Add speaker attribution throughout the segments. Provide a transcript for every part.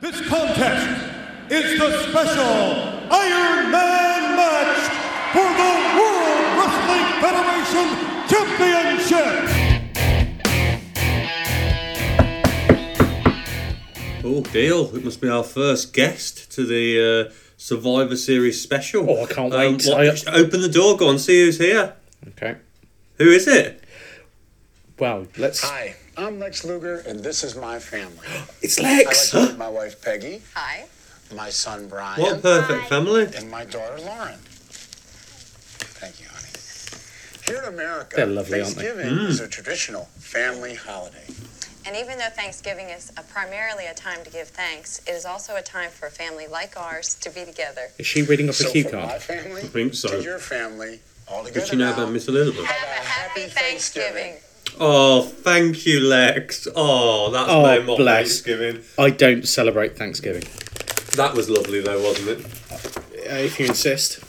Speaker 1: This contest is the special Iron Man match for the World Wrestling Federation Championship.
Speaker 2: Oh, deal. It must be our first guest to the uh, Survivor Series special. Um,
Speaker 3: Oh, I can't wait.
Speaker 2: what-
Speaker 3: I-
Speaker 2: just open the door, go and see who's here.
Speaker 3: Okay.
Speaker 2: Who is it?
Speaker 3: Well, let's.
Speaker 4: Hi, I'm Lex Luger, and this is my family.
Speaker 3: It's
Speaker 4: I'd like
Speaker 3: Lex.
Speaker 4: to meet my wife Peggy,
Speaker 5: Hi.
Speaker 4: my son Brian,
Speaker 2: What a perfect family.
Speaker 4: and my daughter Lauren. Thank you, honey. Here in America,
Speaker 3: They're lovely, aren't they? Mm.
Speaker 4: Thanksgiving is a traditional family holiday.
Speaker 5: And even though Thanksgiving is a primarily a time to give thanks, it is also a time for a family like ours to be together.
Speaker 3: Is she reading off a
Speaker 4: so
Speaker 3: cue
Speaker 4: from my
Speaker 3: card?
Speaker 4: family I
Speaker 2: think so.
Speaker 4: to your family, all together
Speaker 2: Did you know
Speaker 4: now,
Speaker 2: about Miss Elizabeth?
Speaker 5: Have a
Speaker 4: a happy
Speaker 5: happy Thanksgiving.
Speaker 2: Oh, thank you, Lex. Oh, that's
Speaker 3: Oh,
Speaker 2: no more
Speaker 3: bless.
Speaker 2: Thanksgiving.
Speaker 3: I don't celebrate Thanksgiving.
Speaker 2: That was lovely, though, wasn't it?
Speaker 3: Uh, if you insist. Uh,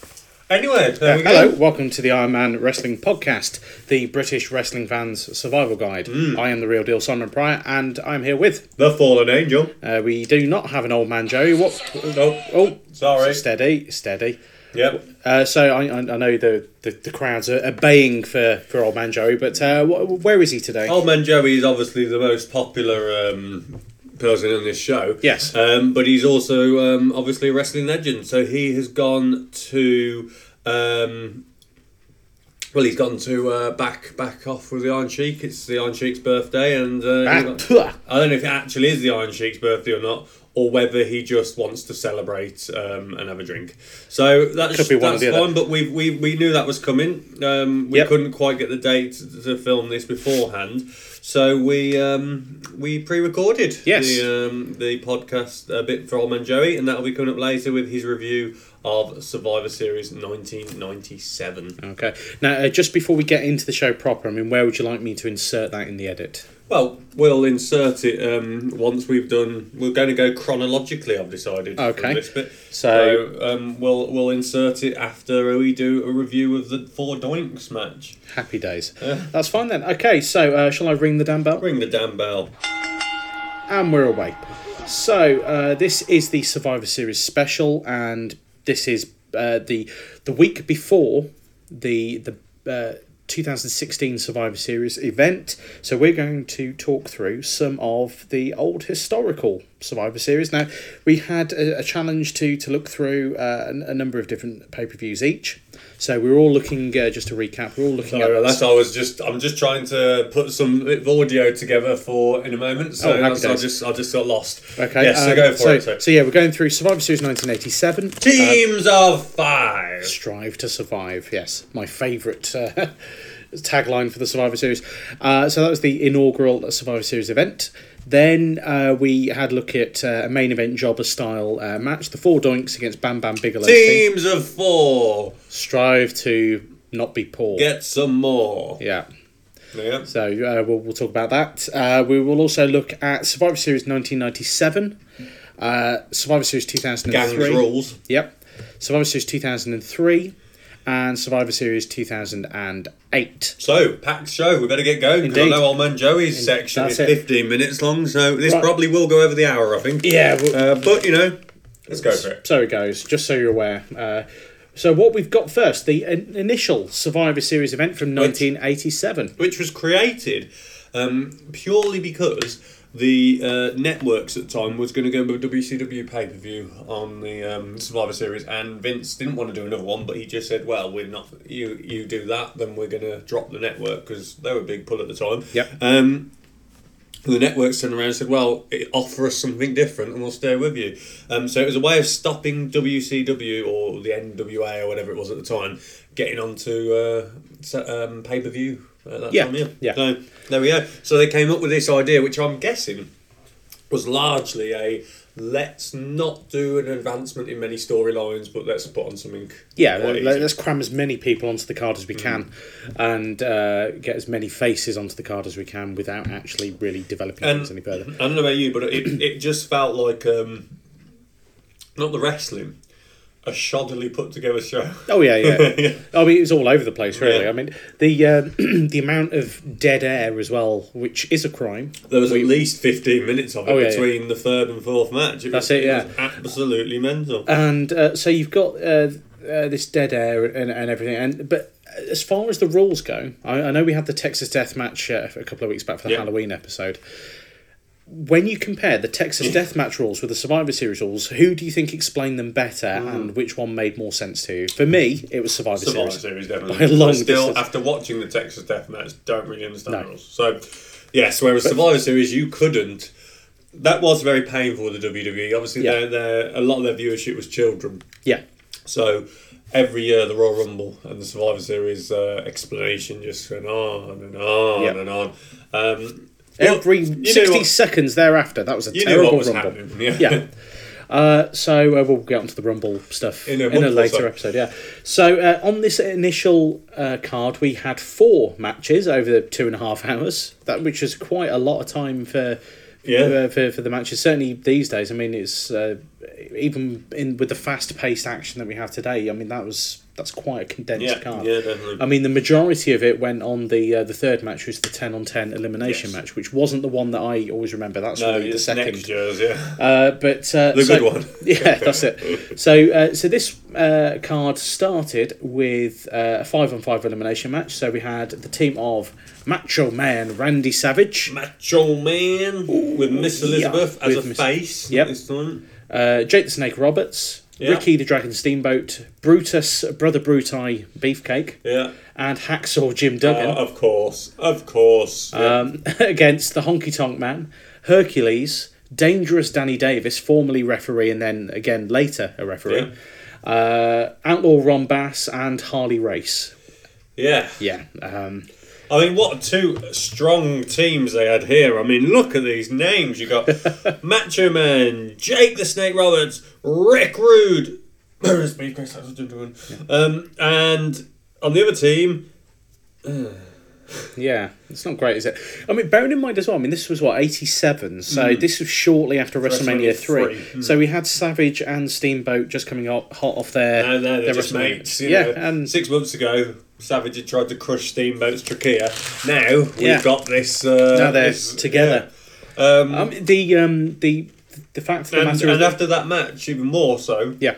Speaker 2: Anyway, there we
Speaker 3: Hello,
Speaker 2: go.
Speaker 3: welcome to the Iron Man Wrestling Podcast, the British wrestling fans' survival guide.
Speaker 2: Hmm.
Speaker 3: I am the real deal, Simon Pryor, and I'm here with.
Speaker 2: The Fallen Angel.
Speaker 3: Uh, we do not have an old man, Joey. What?
Speaker 2: Nope.
Speaker 3: Oh,
Speaker 2: Sorry.
Speaker 3: steady, steady.
Speaker 2: Yep.
Speaker 3: Uh, so I, I I know the, the, the crowds are obeying for, for old man Joey, but uh, wh- where is he today?
Speaker 2: Old Man Joey is obviously the most popular um, person in this show.
Speaker 3: Yes.
Speaker 2: Um, but he's also um, obviously a wrestling legend. So he has gone to. Um, well, he's gone to uh, back back off with the Iron Sheik. It's the Iron Sheik's birthday, and uh,
Speaker 3: Back
Speaker 2: he got-
Speaker 3: to-
Speaker 2: I don't know if it actually is the Iron Sheik's birthday or not, or whether he just wants to celebrate um, and have a drink. So that's
Speaker 3: Could be one or
Speaker 2: that's
Speaker 3: the other.
Speaker 2: fine. But we we we knew that was coming. Um, we
Speaker 3: Yep.
Speaker 2: couldn't quite get the date to to film this beforehand, so we um, we pre-recorded
Speaker 3: Yes.
Speaker 2: the um, the podcast a bit for Old Man Joey, and that'll be coming up later with his review of Survivor Series 1997.
Speaker 3: Okay. Now, uh, just before we get into the show proper, I mean, where would you like me to insert that in the edit?
Speaker 2: Well, we'll insert it um, once we've done. We're going to go chronologically. I've decided. for
Speaker 3: Okay.
Speaker 2: this bit.
Speaker 3: So-
Speaker 2: So, um, we'll we'll insert it after we do a review of the four doinks match.
Speaker 3: Happy days. That's fine then. Okay, so uh, shall I ring the damn bell?
Speaker 2: Ring the damn bell.
Speaker 3: And we're away. So uh, this is the Survivor Series special, and this is uh, the the week before the the uh, 2016 Survivor Series event. So we're going to talk through some of the old historical Survivor Series. Now we had a, a challenge to to look through uh, a, a number of different pay per views each. So we're all looking uh, just to recap. We're all looking
Speaker 2: Sorry,
Speaker 3: at
Speaker 2: that's I was just. I'm just trying to put some bit of audio together for in a moment. So
Speaker 3: Oh, happy
Speaker 2: that's, I
Speaker 3: days.
Speaker 2: just I just got lost.
Speaker 3: Okay.
Speaker 2: Yes. so
Speaker 3: um,
Speaker 2: go for it.
Speaker 3: So,
Speaker 2: So.
Speaker 3: so yeah, we're going through Survivor Series 1987.
Speaker 2: Teams of five.
Speaker 3: Strive to survive. Yes, my favourite uh, tagline for the Survivor Series. Uh, so that was the inaugural Survivor Series event. Then uh, we had a look at uh, a main event jobber style uh, match, the four doinks against Bam Bam Bigelow. Team.
Speaker 2: Teams of four.
Speaker 3: Strive to not be poor.
Speaker 2: Get some more.
Speaker 3: Yeah.
Speaker 2: Yeah.
Speaker 3: So uh, we'll, we'll talk about that. Uh, we will also look at Survivor Series 1997, uh, Survivor Series 2003.
Speaker 2: Gangs rules.
Speaker 3: Yep. Survivor Series 2003 and Survivor Series 2008.
Speaker 2: So, packed show. We better get going. 'cause I
Speaker 3: Indeed.
Speaker 2: know old man Joey's section is
Speaker 3: that's it.
Speaker 2: 15 minutes long, so this
Speaker 3: Right.
Speaker 2: probably will go over the hour, I think.
Speaker 3: Yeah, well-
Speaker 2: uh, but you know, let's go for it.
Speaker 3: So it goes, just so you're aware. Uh, so what we've got first, the in- initial Survivor Series event from 1987.
Speaker 2: Which was created um, purely because the uh, networks at the time was going to go with WCW pay per view on the um, Survivor Series, and Vince didn't want to do another one, but he just said, "Well, we're not. You you do that, then we're going to drop the network because they were a big pull at the time."
Speaker 3: Yep.
Speaker 2: Um, And the networks turned around and said, "Well, it- offer us something different, and we'll stay with you." Um, so it was a way of stopping WCW or the NWA or whatever it was at the time getting onto uh, s- um, pay per view at that
Speaker 3: Yeah,
Speaker 2: time. Yeah,
Speaker 3: yeah.
Speaker 2: So there we go. So they came up with this idea, which I'm guessing was largely a let's not do an advancement in many storylines, but let's put on something.
Speaker 3: Yeah,
Speaker 2: quite
Speaker 3: let,
Speaker 2: easy.
Speaker 3: us cram as many people onto the card as we
Speaker 2: Mm-hmm.
Speaker 3: can and uh, get as many faces onto the card as we can without actually really developing
Speaker 2: And- Mm-hmm.
Speaker 3: things any further.
Speaker 2: I don't know about you, but it, it just felt like um, not the wrestling, a shoddily put together show.
Speaker 3: Oh yeah, yeah.
Speaker 2: Yeah.
Speaker 3: I mean, it was all over the place, really.
Speaker 2: Yeah.
Speaker 3: I mean, the uh, the amount of dead air as well, which is a crime.
Speaker 2: There was at least 15 minutes of it
Speaker 3: Oh, yeah,
Speaker 2: between the third and fourth match. It
Speaker 3: That's
Speaker 2: was,
Speaker 3: it, yeah.
Speaker 2: was absolutely mental.
Speaker 3: And uh, so you've got uh, uh, this dead air and, and everything. And but as far as the rules go, I, I know we had the Texas Death Match uh, a couple of weeks back for the
Speaker 2: Yeah.
Speaker 3: Halloween episode. When you compare the Texas
Speaker 2: Mm.
Speaker 3: Death Match rules with the Survivor Series rules, who do you think explained them better, and which one made more sense to you? For me, it was Survivor,
Speaker 2: Mm. Survivor
Speaker 3: Series.
Speaker 2: Series, definitely.
Speaker 3: By a long
Speaker 2: I still,
Speaker 3: distance.
Speaker 2: after watching the Texas Deathmatch, don't really understand
Speaker 3: No.
Speaker 2: the rules. So, yes, whereas Survivor Series, you couldn't. That was very painful with the WWE. Obviously,
Speaker 3: Yeah.
Speaker 2: their, their, a lot of their viewership was children.
Speaker 3: Yeah,
Speaker 2: So every year the Royal Rumble and the Survivor Series uh, explanation just went on and on
Speaker 3: Yep.
Speaker 2: and on. Um, well,
Speaker 3: every
Speaker 2: you know
Speaker 3: sixty
Speaker 2: what-
Speaker 3: seconds thereafter, that was a
Speaker 2: you knew
Speaker 3: terrible
Speaker 2: what was
Speaker 3: rumble.
Speaker 2: happening. Yeah.
Speaker 3: yeah. Uh, so uh, we'll get onto the Rumble stuff in
Speaker 2: In
Speaker 3: a,
Speaker 2: a month or
Speaker 3: later
Speaker 2: so.
Speaker 3: episode. Yeah. So uh, on this initial uh, card, we had four matches over the two and a half hours, that which is quite a lot of time for.
Speaker 2: Yeah.
Speaker 3: Uh, for, for the matches certainly these days i mean it's uh, even in with the fast paced action that we have today i mean that was that's quite a condensed
Speaker 2: Yeah,
Speaker 3: card
Speaker 2: yeah, definitely.
Speaker 3: i mean the majority of it went on the uh, the third match was the 10 on 10 elimination
Speaker 2: Yes.
Speaker 3: match which wasn't the one that i always remember that's
Speaker 2: No,
Speaker 3: really the
Speaker 2: it's
Speaker 3: second
Speaker 2: Uh, next year's, yeah.
Speaker 3: uh, but uh,
Speaker 2: The
Speaker 3: so-
Speaker 2: good one.
Speaker 3: yeah, that's it. So, uh, so this uh, card started with uh, a five-on-five elimination match. So we had the team of Macho Man Randy Savage,
Speaker 2: Macho Man with Miss Elizabeth
Speaker 3: yeah,
Speaker 2: as
Speaker 3: with
Speaker 2: a
Speaker 3: Miss-
Speaker 2: face
Speaker 3: Yep.
Speaker 2: this time.
Speaker 3: uh, Jake the Snake Roberts,
Speaker 2: Yeah.
Speaker 3: Ricky the Dragon Steamboat, Brutus Brother Brutai Beefcake,
Speaker 2: Yeah.
Speaker 3: and Hacksaw Jim
Speaker 2: Uh, oh.
Speaker 3: Duggan
Speaker 2: of course, of course. Yeah.
Speaker 3: um, against the Honky Tonk Man, Hercules, Dangerous Danny Davis, formerly referee and then again later a referee. Uh, Outlaw Ron Bass and Harley Race.
Speaker 2: yeah.
Speaker 3: Yeah. Um,
Speaker 2: I mean, what two strong teams they had here. I mean, look at these names. You got Macho Man, Jake the Snake Roberts, Rick Rude, um, and on the other team,
Speaker 3: yeah. It's not great, is it? I mean, bearing in mind as well, I mean, this was what, 87? So
Speaker 2: Mm.
Speaker 3: this was shortly after WrestleMania,
Speaker 2: WrestleMania
Speaker 3: 3.
Speaker 2: three, mm.
Speaker 3: So we had Savage and Steamboat just coming out hot off their.
Speaker 2: and they're,
Speaker 3: their
Speaker 2: just
Speaker 3: WrestleMania.
Speaker 2: mates. you
Speaker 3: yeah.
Speaker 2: know.
Speaker 3: And
Speaker 2: six months ago, Savage had tried to crush Steamboat's trachea. Now we've
Speaker 3: Yeah.
Speaker 2: got this. Uh,
Speaker 3: now they're
Speaker 2: this-
Speaker 3: together.
Speaker 2: yeah. Um,
Speaker 3: Um, the, um, the, the fact of the
Speaker 2: and,
Speaker 3: matter is.
Speaker 2: and
Speaker 3: that-
Speaker 2: after that match, even more so.
Speaker 3: yeah.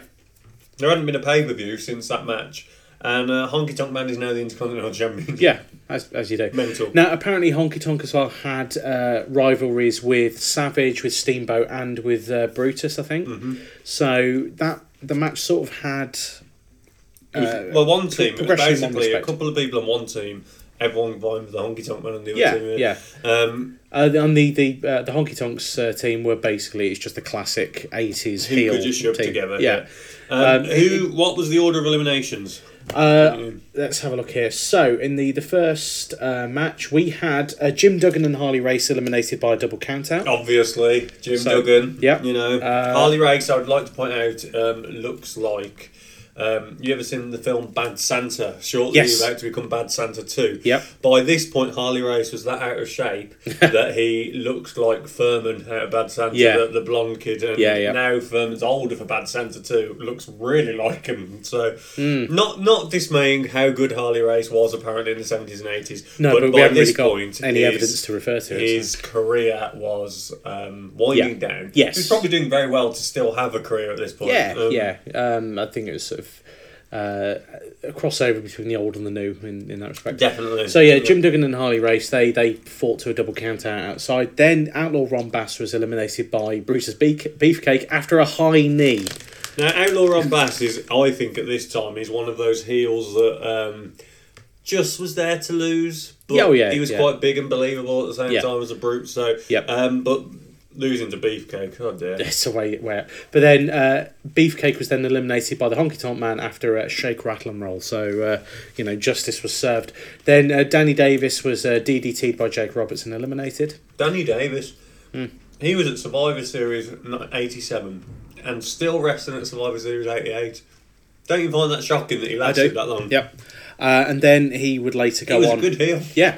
Speaker 2: There hadn't been a pay per view since that match, and uh, Honky Tonk Man is now the Intercontinental Champion.
Speaker 3: Yeah, as, as you do.
Speaker 2: Mental.
Speaker 3: Now, apparently, Honky Tonk as well had uh, rivalries with Savage, with Steamboat, and with uh, Brutus, I think.
Speaker 2: Mm-hmm.
Speaker 3: So that the match sort of had. Uh,
Speaker 2: well, one team, it was
Speaker 3: progression in one
Speaker 2: basically a
Speaker 3: respect.
Speaker 2: couple of people on one team, everyone vying for the Honky Tonk Man on the other
Speaker 3: Yeah,
Speaker 2: team.
Speaker 3: yeah.
Speaker 2: Um,
Speaker 3: Uh, and the the uh, the Honky Tonks uh, team were basically it's just the classic eighties
Speaker 2: who
Speaker 3: heel
Speaker 2: could just shove
Speaker 3: team.
Speaker 2: together?
Speaker 3: Yeah.
Speaker 2: Um,
Speaker 3: Um,
Speaker 2: who? What was the order of eliminations?
Speaker 3: Uh, let's have a look here. So in the the first uh, match we had uh, Jim Duggan and Harley Race eliminated by a double
Speaker 2: Oh,
Speaker 3: countout.
Speaker 2: Obviously, Jim
Speaker 3: So,
Speaker 2: Duggan.
Speaker 3: yeah.
Speaker 2: You know,
Speaker 3: Uh,
Speaker 2: Harley Race. I would like to point out um, looks like. Um, you ever seen the film Bad Santa? Shortly
Speaker 3: Yes.
Speaker 2: about to become Bad Santa too.
Speaker 3: Yep.
Speaker 2: By this point, Harley Race was that out of shape that he looks like Furman out of Bad Santa,
Speaker 3: Yeah.
Speaker 2: the, the blonde kid. And
Speaker 3: Yeah, yeah.
Speaker 2: Now Furman's older for Bad Santa too. Looks really like him. So
Speaker 3: Hmm.
Speaker 2: not not dismaying how good Harley Race was apparently in the seventies and eighties.
Speaker 3: No, but, we
Speaker 2: by
Speaker 3: haven't
Speaker 2: this
Speaker 3: really got
Speaker 2: point,
Speaker 3: any
Speaker 2: his-
Speaker 3: evidence to refer to. it, so-
Speaker 2: his career was um, winding
Speaker 3: Yeah.
Speaker 2: down.
Speaker 3: Yes.
Speaker 2: he was probably doing very well to still have a career at this point.
Speaker 3: Yeah,
Speaker 2: Um,
Speaker 3: yeah. Um, I think it was sort of uh, a crossover between the old and the new in, in that respect.
Speaker 2: definitely.
Speaker 3: So yeah, Jim Duggan and Harley Race they they fought to a double count out outside. Then Outlaw Ron Bass was eliminated by Bruce's beak, Beefcake after a high knee.
Speaker 2: Now, Outlaw Ron Bass is, I think, at this time, is one of those heels that um, just was there to lose. But
Speaker 3: Yeah, oh, yeah,
Speaker 2: he was
Speaker 3: yeah.
Speaker 2: quite big and believable at the same
Speaker 3: Yeah.
Speaker 2: time as a brute. So,
Speaker 3: Yep.
Speaker 2: um, but losing to Beefcake, oh dear.
Speaker 3: It's a way where, but then uh, Beefcake was then eliminated by the Honky Tonk Man after a shake, rattle, and roll. So uh, you know justice was served. Then uh, Danny Davis was uh, DDT'd by Jake Robertson, eliminated.
Speaker 2: Danny Davis,
Speaker 3: Hmm.
Speaker 2: he was at Survivor Series '87 and still wrestling at Survivor Series '88. Don't you find that shocking that he lasted that long?
Speaker 3: Yep. Uh, and then he would later
Speaker 2: He
Speaker 3: go
Speaker 2: was
Speaker 3: on.
Speaker 2: a good heel.
Speaker 3: Yeah.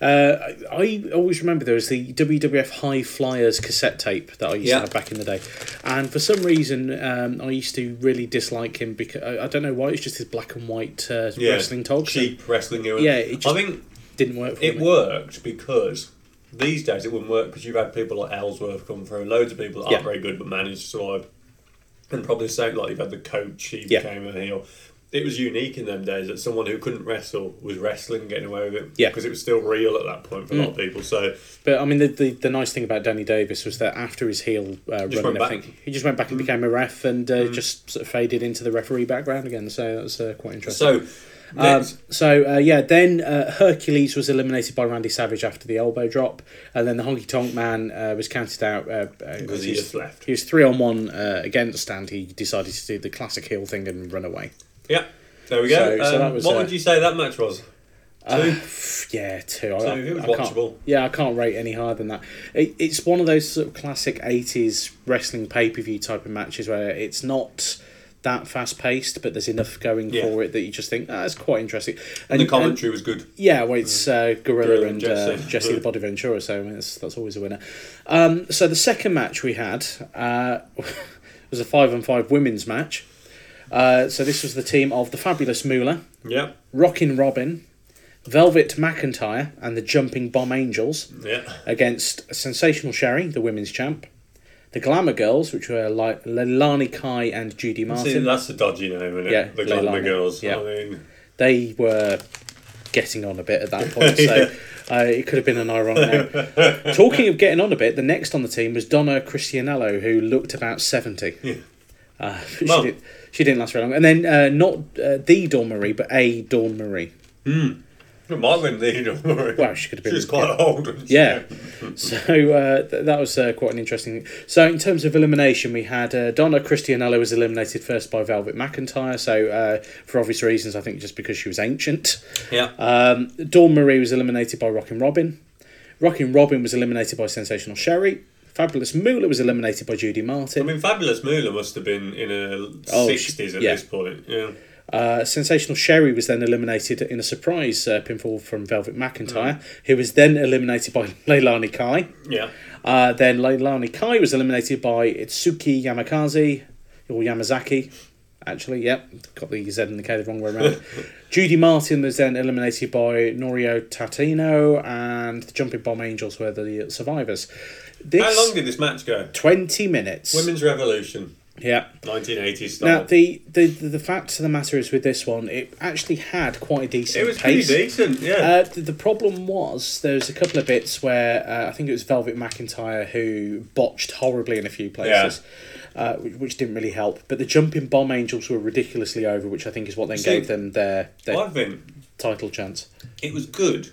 Speaker 3: Uh, I, I always remember there was the WWF High Flyers cassette tape that I used
Speaker 2: Yeah.
Speaker 3: to have back in the day, and for some reason um, I used to really dislike him because I, I don't know why. It's just his black and white uh, wrestling talk. show.
Speaker 2: cheap wrestling. era.
Speaker 3: Yeah, it just
Speaker 2: I think
Speaker 3: didn't work. For
Speaker 2: it
Speaker 3: me.
Speaker 2: worked because these days it wouldn't work because you've had people like Ellsworth come through, loads of people that
Speaker 3: Yeah.
Speaker 2: aren't very good but manage to survive, and probably the same like you've had the coach he
Speaker 3: Yeah.
Speaker 2: became a heel. It was unique in them days that someone who couldn't wrestle was wrestling, and getting away with it,
Speaker 3: Yeah. Mm.
Speaker 2: because it was still real at that point for a lot of people. So
Speaker 3: But I mean, the, the, the nice thing about Danny Davis was that after his heel uh,
Speaker 2: Just
Speaker 3: run,
Speaker 2: went
Speaker 3: I think
Speaker 2: back. Mm.
Speaker 3: he just went back and became a ref and uh, just sort of faded into the referee background again. So that was uh, quite interesting.
Speaker 2: so
Speaker 3: Um,
Speaker 2: next,
Speaker 3: so uh, yeah, then uh, Hercules was eliminated by Randy Savage after the elbow drop, and then the Honky Tonk Man uh, was counted out uh, uh,
Speaker 2: because he
Speaker 3: was-
Speaker 2: just left.
Speaker 3: He was three on one uh, against, and he decided to do the classic heel thing and run away.
Speaker 2: Yeah, there we go.
Speaker 3: So- so
Speaker 2: Um,
Speaker 3: that was,
Speaker 2: what
Speaker 3: uh,
Speaker 2: would you say that match was? Two.
Speaker 3: Yeah, two.
Speaker 2: So it was watchable.
Speaker 3: Can't, yeah, I can't rate any higher than that. It, it's one of those sort of classic '80s wrestling pay per view type of matches where it's not that fast paced, but there's enough going
Speaker 2: Yeah.
Speaker 3: for it that you just think "Ah, that's quite interesting.
Speaker 2: and
Speaker 3: And,
Speaker 2: the commentary was good.
Speaker 3: yeah, well, it's uh, Gorilla
Speaker 2: Gorilla
Speaker 3: and
Speaker 2: and
Speaker 3: Jesse, uh,
Speaker 2: Jesse.
Speaker 3: Jesse the Body Ventura, so I mean, that's, that's always a winner. Um, so the second match we had uh, was a five on five women's match. Uh, so this was the team of the fabulous Moolah,
Speaker 2: Yeah,
Speaker 3: Rockin' Robin, Velvet McIntyre, and the Jumping Bomb Angels
Speaker 2: yeah.
Speaker 3: against Sensational Sherry, the women's champ, the Glamour Girls, which were like Leilani Kai and Judy
Speaker 2: See,
Speaker 3: Martin.
Speaker 2: that's a dodgy name, isn't it?
Speaker 3: Yeah,
Speaker 2: the Glamour
Speaker 3: Leilani,
Speaker 2: Girls.
Speaker 3: yeah.
Speaker 2: I mean,
Speaker 3: They were getting on a bit at that point, so uh, it could have been an ironic name. Talking of getting on a bit, the next on the team was Donna Cristianello, who looked about 70. Uh, she,
Speaker 2: Well-
Speaker 3: did, she didn't last very long. And then uh, not uh, the Dawn Marie, but a Dawn Marie.
Speaker 2: Marlon Lee, don't worry.
Speaker 3: Well, she could have been.
Speaker 2: She's quite old. isn't she?
Speaker 3: Yeah. So uh, th- that was uh, quite an interesting. So in terms of elimination, we had uh, Donna Cristianello was eliminated first by Velvet McIntyre. So uh, for obvious reasons, I think just because she was ancient.
Speaker 2: Yeah.
Speaker 3: Um, Dawn Marie was eliminated by Rockin' Robin. Rockin' Robin was eliminated by Sensational Sherry. Fabulous Moolah was eliminated by Judy
Speaker 2: I
Speaker 3: Martin.
Speaker 2: mean, Fabulous Moolah must have been in her
Speaker 3: Oh, she-
Speaker 2: 60s at
Speaker 3: yeah.
Speaker 2: this point. Yeah.
Speaker 3: Uh, Sensational Sherry was then eliminated in a surprise uh, pinfall from Velvet McIntyre, who was then eliminated by Leilani Kai.
Speaker 2: Yeah.
Speaker 3: Uh, then Leilani Kai was eliminated by Itsuki Yamakaze, or Yamazaki, actually, yep, got the Z and the K the wrong way around. Judy Martin was then eliminated by Norio Tatino, and the Jumping Bomb Angels were the survivors. This,
Speaker 2: How long did this match go?
Speaker 3: 20 minutes.
Speaker 2: Women's Revolution,
Speaker 3: Yeah.
Speaker 2: 1980s style.
Speaker 3: Now, the, the, the fact of the matter is with this one, it actually had quite a decent
Speaker 2: it was pretty
Speaker 3: pace.
Speaker 2: decent, yeah.
Speaker 3: Uh, th- the problem was there was a couple of bits where uh, I think it was Velvet McIntyre who botched horribly in a few places, uh, which, which didn't really help. But the jumping bomb angels were ridiculously over, which I think is what then
Speaker 2: See,
Speaker 3: gave them their, their
Speaker 2: I think
Speaker 3: title chance.
Speaker 2: it was good.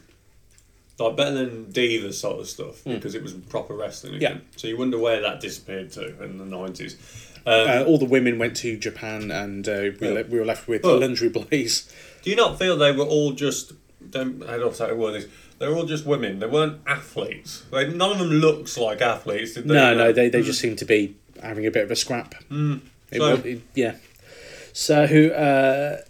Speaker 2: Like better than Diva sort of stuff because it was proper wrestling again.
Speaker 3: Hmm. Yeah.
Speaker 2: So you wonder where that disappeared to in the 90s.
Speaker 3: Uh, all the women went to Japan, and uh, we, were le- we were left with
Speaker 2: Oh.
Speaker 3: Landry Blaze.
Speaker 2: Do you not feel they were all just don't I don't know how to word this? They were all just women. They weren't athletes. They, none of them looks like athletes, did they?
Speaker 3: No, no, they, they just seemed to be having a bit of a scrap. It
Speaker 2: Hmm. So-
Speaker 3: wa- it- yeah. So, uh,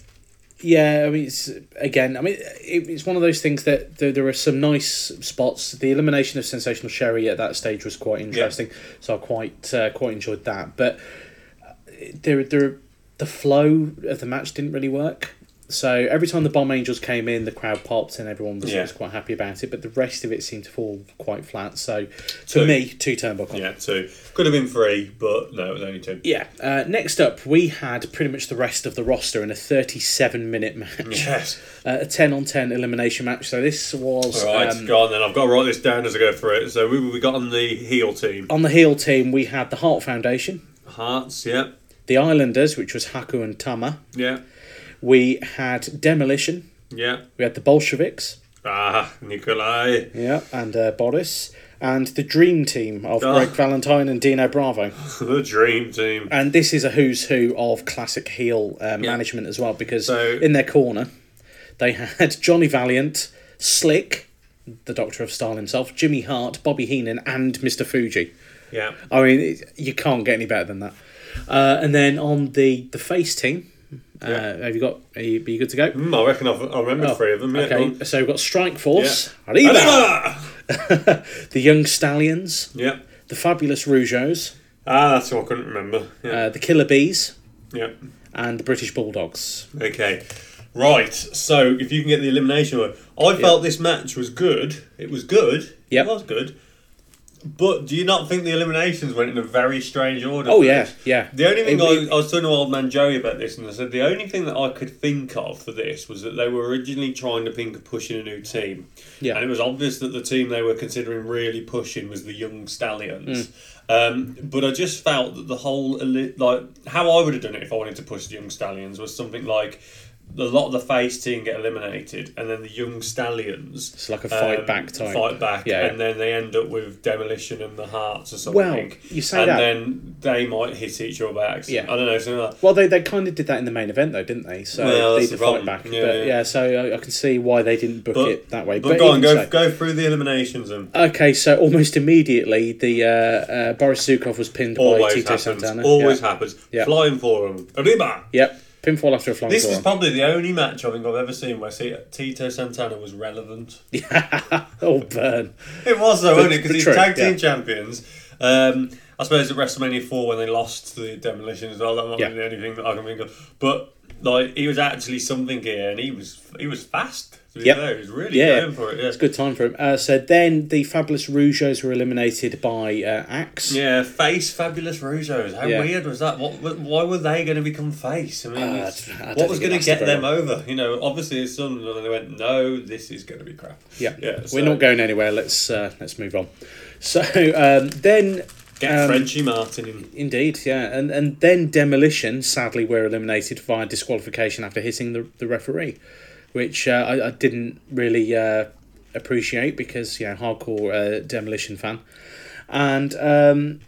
Speaker 3: yeah, I mean, it's, again, I mean, it, it's one of those things that there, there are some nice spots. The elimination of Sensational Sherry at that stage was quite interesting, so I quite uh, quite enjoyed that. But uh, there, there, the flow of the match didn't really work. So every time the Bomb Angels came in, the crowd popped and everyone was,
Speaker 2: Yeah.
Speaker 3: was quite happy about it. But the rest of it seemed to fall quite flat. So for
Speaker 2: So-
Speaker 3: me, two turnbuckle.
Speaker 2: Yeah, two could have been three, but no, it was only two.
Speaker 3: Yeah. Uh, next up, we had pretty much the rest of the roster in a 37 minute match.
Speaker 2: Yes.
Speaker 3: Uh, a 10 on 10 elimination match. So this was.
Speaker 2: All right,
Speaker 3: um,
Speaker 2: go on then. I've got to write this down as I go through it. So we we got on the heel team.
Speaker 3: on the heel team, we had the Heart Foundation,
Speaker 2: Hearts, yeah,
Speaker 3: the Islanders, which was Haku and Tama.
Speaker 2: yeah,
Speaker 3: We had Demolition.
Speaker 2: yeah.
Speaker 3: We had the Bolsheviks.
Speaker 2: Ah, Nikolai.
Speaker 3: Yeah. And uh, Boris. And the Dream Team of
Speaker 2: Ah.
Speaker 3: Greg Valentine and Dino Bravo.
Speaker 2: The dream team.
Speaker 3: And this is a who's who of classic heel uh, management as well, because
Speaker 2: So-
Speaker 3: in their corner, they had Johnny Valiant, Slick, the Doctor of Style himself, Jimmy Hart, Bobby Heenan, and Mr. Fuji.
Speaker 2: Yeah.
Speaker 3: I mean, it- you can't get any better than that. Uh, and then on the, the face team, Uh, Have you got? Are you, are you good to go?
Speaker 2: Hmm, I reckon I've, I remember
Speaker 3: Oh,
Speaker 2: three of them. Yeah, go
Speaker 3: okay,
Speaker 2: on.
Speaker 3: so we've got Strike Force,
Speaker 2: Yeah.
Speaker 3: Arriba! the Young Stallions,
Speaker 2: yeah.
Speaker 3: the Fabulous Rougeos,
Speaker 2: Ah, that's what I couldn't remember. Yeah.
Speaker 3: uh, the Killer Bees,
Speaker 2: yeah.
Speaker 3: and the British Bulldogs.
Speaker 2: Okay. Right. So if you can get the elimination one, I felt this match was good. It was good.
Speaker 3: Yep.
Speaker 2: It was good. But do you not think the eliminations went in a very strange order?
Speaker 3: Oh yeah, yeah.
Speaker 2: The only thing
Speaker 3: It- it-
Speaker 2: I, I was talking to old man Joey about this, and I said the only thing that I could think of for this was that they were originally trying to think of pushing a new team.
Speaker 3: Yeah.
Speaker 2: And it was obvious that the team they were considering really pushing was the Young Stallions.
Speaker 3: Mm.
Speaker 2: Um, but I just felt that the whole, eli- like, how I would have done it if I wanted to push the Young Stallions was something like a lot of the face team get eliminated, and then the Young Stallions. um,
Speaker 3: It's like a fight back type.
Speaker 2: Fight back,
Speaker 3: Yeah.
Speaker 2: and then they end up with Demolition and the Hearts or something.
Speaker 3: Well, you say
Speaker 2: and
Speaker 3: that.
Speaker 2: then they might hit each other by accident.
Speaker 3: Yeah.
Speaker 2: I don't know. Something like that.
Speaker 3: well, they, they kind of did that in the main event though, didn't they? So
Speaker 2: Well,
Speaker 3: they
Speaker 2: that's
Speaker 3: did
Speaker 2: the
Speaker 3: the
Speaker 2: problem.
Speaker 3: fight back.
Speaker 2: Yeah,
Speaker 3: but
Speaker 2: yeah.
Speaker 3: yeah. so I, I can see why they didn't book
Speaker 2: But,
Speaker 3: it that way.
Speaker 2: But, go on,
Speaker 3: even
Speaker 2: go
Speaker 3: so-
Speaker 2: go through the eliminations and
Speaker 3: Okay, so almost immediately, the uh, uh, Boris Zukov was pinned by
Speaker 2: always
Speaker 3: Tito
Speaker 2: happens.
Speaker 3: Santana.
Speaker 2: Always
Speaker 3: yeah.
Speaker 2: happens.
Speaker 3: Yeah.
Speaker 2: Flying forum. Arriba.
Speaker 3: Yep, pinfall after a flying
Speaker 2: This
Speaker 3: forearm.
Speaker 2: is probably the only match I think I've ever seen where see, Tito Santana was relevant.
Speaker 3: oh, burn.
Speaker 2: It was though,
Speaker 3: But-
Speaker 2: wasn't it? Because
Speaker 3: but
Speaker 2: he's
Speaker 3: true,
Speaker 2: tag team
Speaker 3: yeah.
Speaker 2: champions. Um, I suppose at WrestleMania four when they lost to the demolition as well, that might
Speaker 3: Yeah.
Speaker 2: be the only thing that I can think of. But like he was actually something here, and he was he was fast. To be
Speaker 3: Yep.
Speaker 2: fair. he was really
Speaker 3: Yeah.
Speaker 2: going for it. Yeah.
Speaker 3: It's a good time for him. Uh, so then the Fabulous Rougeos were eliminated by uh, Axe.
Speaker 2: Yeah, face fabulous Rougeos. How
Speaker 3: Yeah.
Speaker 2: weird was that? What? Why were they going to become face? I mean,
Speaker 3: Uh,
Speaker 2: it's-
Speaker 3: I don't
Speaker 2: what was
Speaker 3: think it
Speaker 2: going to get
Speaker 3: lasted very
Speaker 2: them over? You know, obviously it's some. And they went, no, this is going to be crap.
Speaker 3: Yeah,
Speaker 2: yeah. so
Speaker 3: we're not going anywhere. Let's uh, let's move on. So um, then,
Speaker 2: Get
Speaker 3: um,
Speaker 2: Frenchie Martin in.
Speaker 3: indeed, yeah, and and then demolition. Sadly, were eliminated via disqualification after hitting the, the referee, which uh, I, I didn't really uh, appreciate because you know hardcore uh, demolition fan, and um,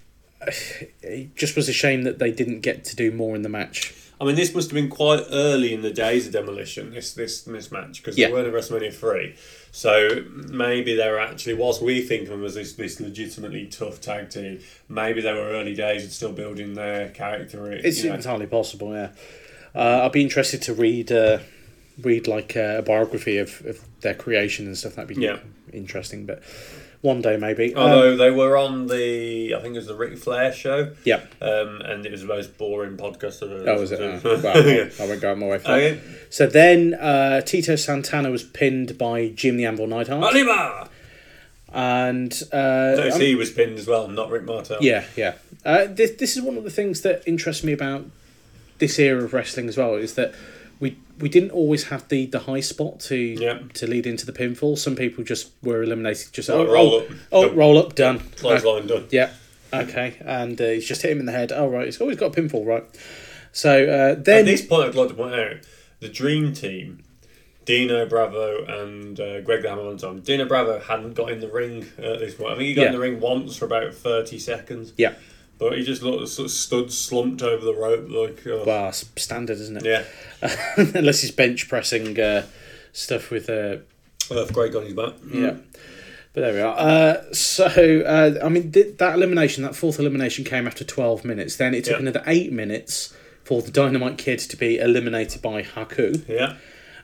Speaker 3: it just was a shame that they didn't get to do more in the match.
Speaker 2: I mean, this must have been quite early in the days of demolition. This this this match because
Speaker 3: Yeah.
Speaker 2: they were at WrestleMania three, so maybe they were actually whilst we think of them as this this legitimately tough tag team. Maybe they were early days and still building their character.
Speaker 3: It's
Speaker 2: you know.
Speaker 3: entirely possible, yeah. Uh, I'd be interested to read uh, read like uh, a biography of, of their creation and stuff. That'd be
Speaker 2: Yeah.
Speaker 3: interesting, but one day maybe. Um,
Speaker 2: Although they were on the, I think it was the Ric Flair show.
Speaker 3: yeah.
Speaker 2: Um, and it was the most boring podcast I've ever
Speaker 3: That was it.
Speaker 2: listened
Speaker 3: Uh,
Speaker 2: to. Um,
Speaker 3: well, I, I won't go out my way for that.
Speaker 2: Okay.
Speaker 3: So then uh, Tito Santana was pinned by Jim the Anvil Neidhart.
Speaker 2: Oliver!
Speaker 3: And uh,
Speaker 2: Notice
Speaker 3: I'm-
Speaker 2: he was pinned as well, not Rick Martel.
Speaker 3: Yeah, yeah. Uh, this this is one of the things that interests me about this era of wrestling as well is that we we didn't always have the, the high spot to
Speaker 2: Yeah.
Speaker 3: to lead into the pinfall. Some people just were eliminated. Just
Speaker 2: Oh,
Speaker 3: oh,
Speaker 2: roll
Speaker 3: roll
Speaker 2: up.
Speaker 3: Oh,
Speaker 2: Done.
Speaker 3: roll up, done. Uh,
Speaker 2: Clothesline done.
Speaker 3: Yeah. Okay, and uh, he's just hit him in the head. Oh right, he's always got a pinfall, right? So uh, then
Speaker 2: At this point, I'd like to point out the Dream Team, Dino Bravo and uh, Greg the Hammer one time. Dino Bravo hadn't got in the ring at this point. I think he got in
Speaker 3: Yeah.
Speaker 2: the ring once for about 30 seconds.
Speaker 3: yeah,
Speaker 2: But he just looked, sort of stood slumped over the rope like. Uh,
Speaker 3: well, s- standard, isn't it?
Speaker 2: yeah.
Speaker 3: Unless he's bench pressing uh, stuff with uh,
Speaker 2: Earthquake on his back.
Speaker 3: Yeah. But there we are. Uh, so, uh, I mean, th- that elimination, that fourth elimination came after 12 minutes. Then it took
Speaker 2: Yeah.
Speaker 3: another eight minutes for the Dynamite Kid to be eliminated by Haku.
Speaker 2: Yeah.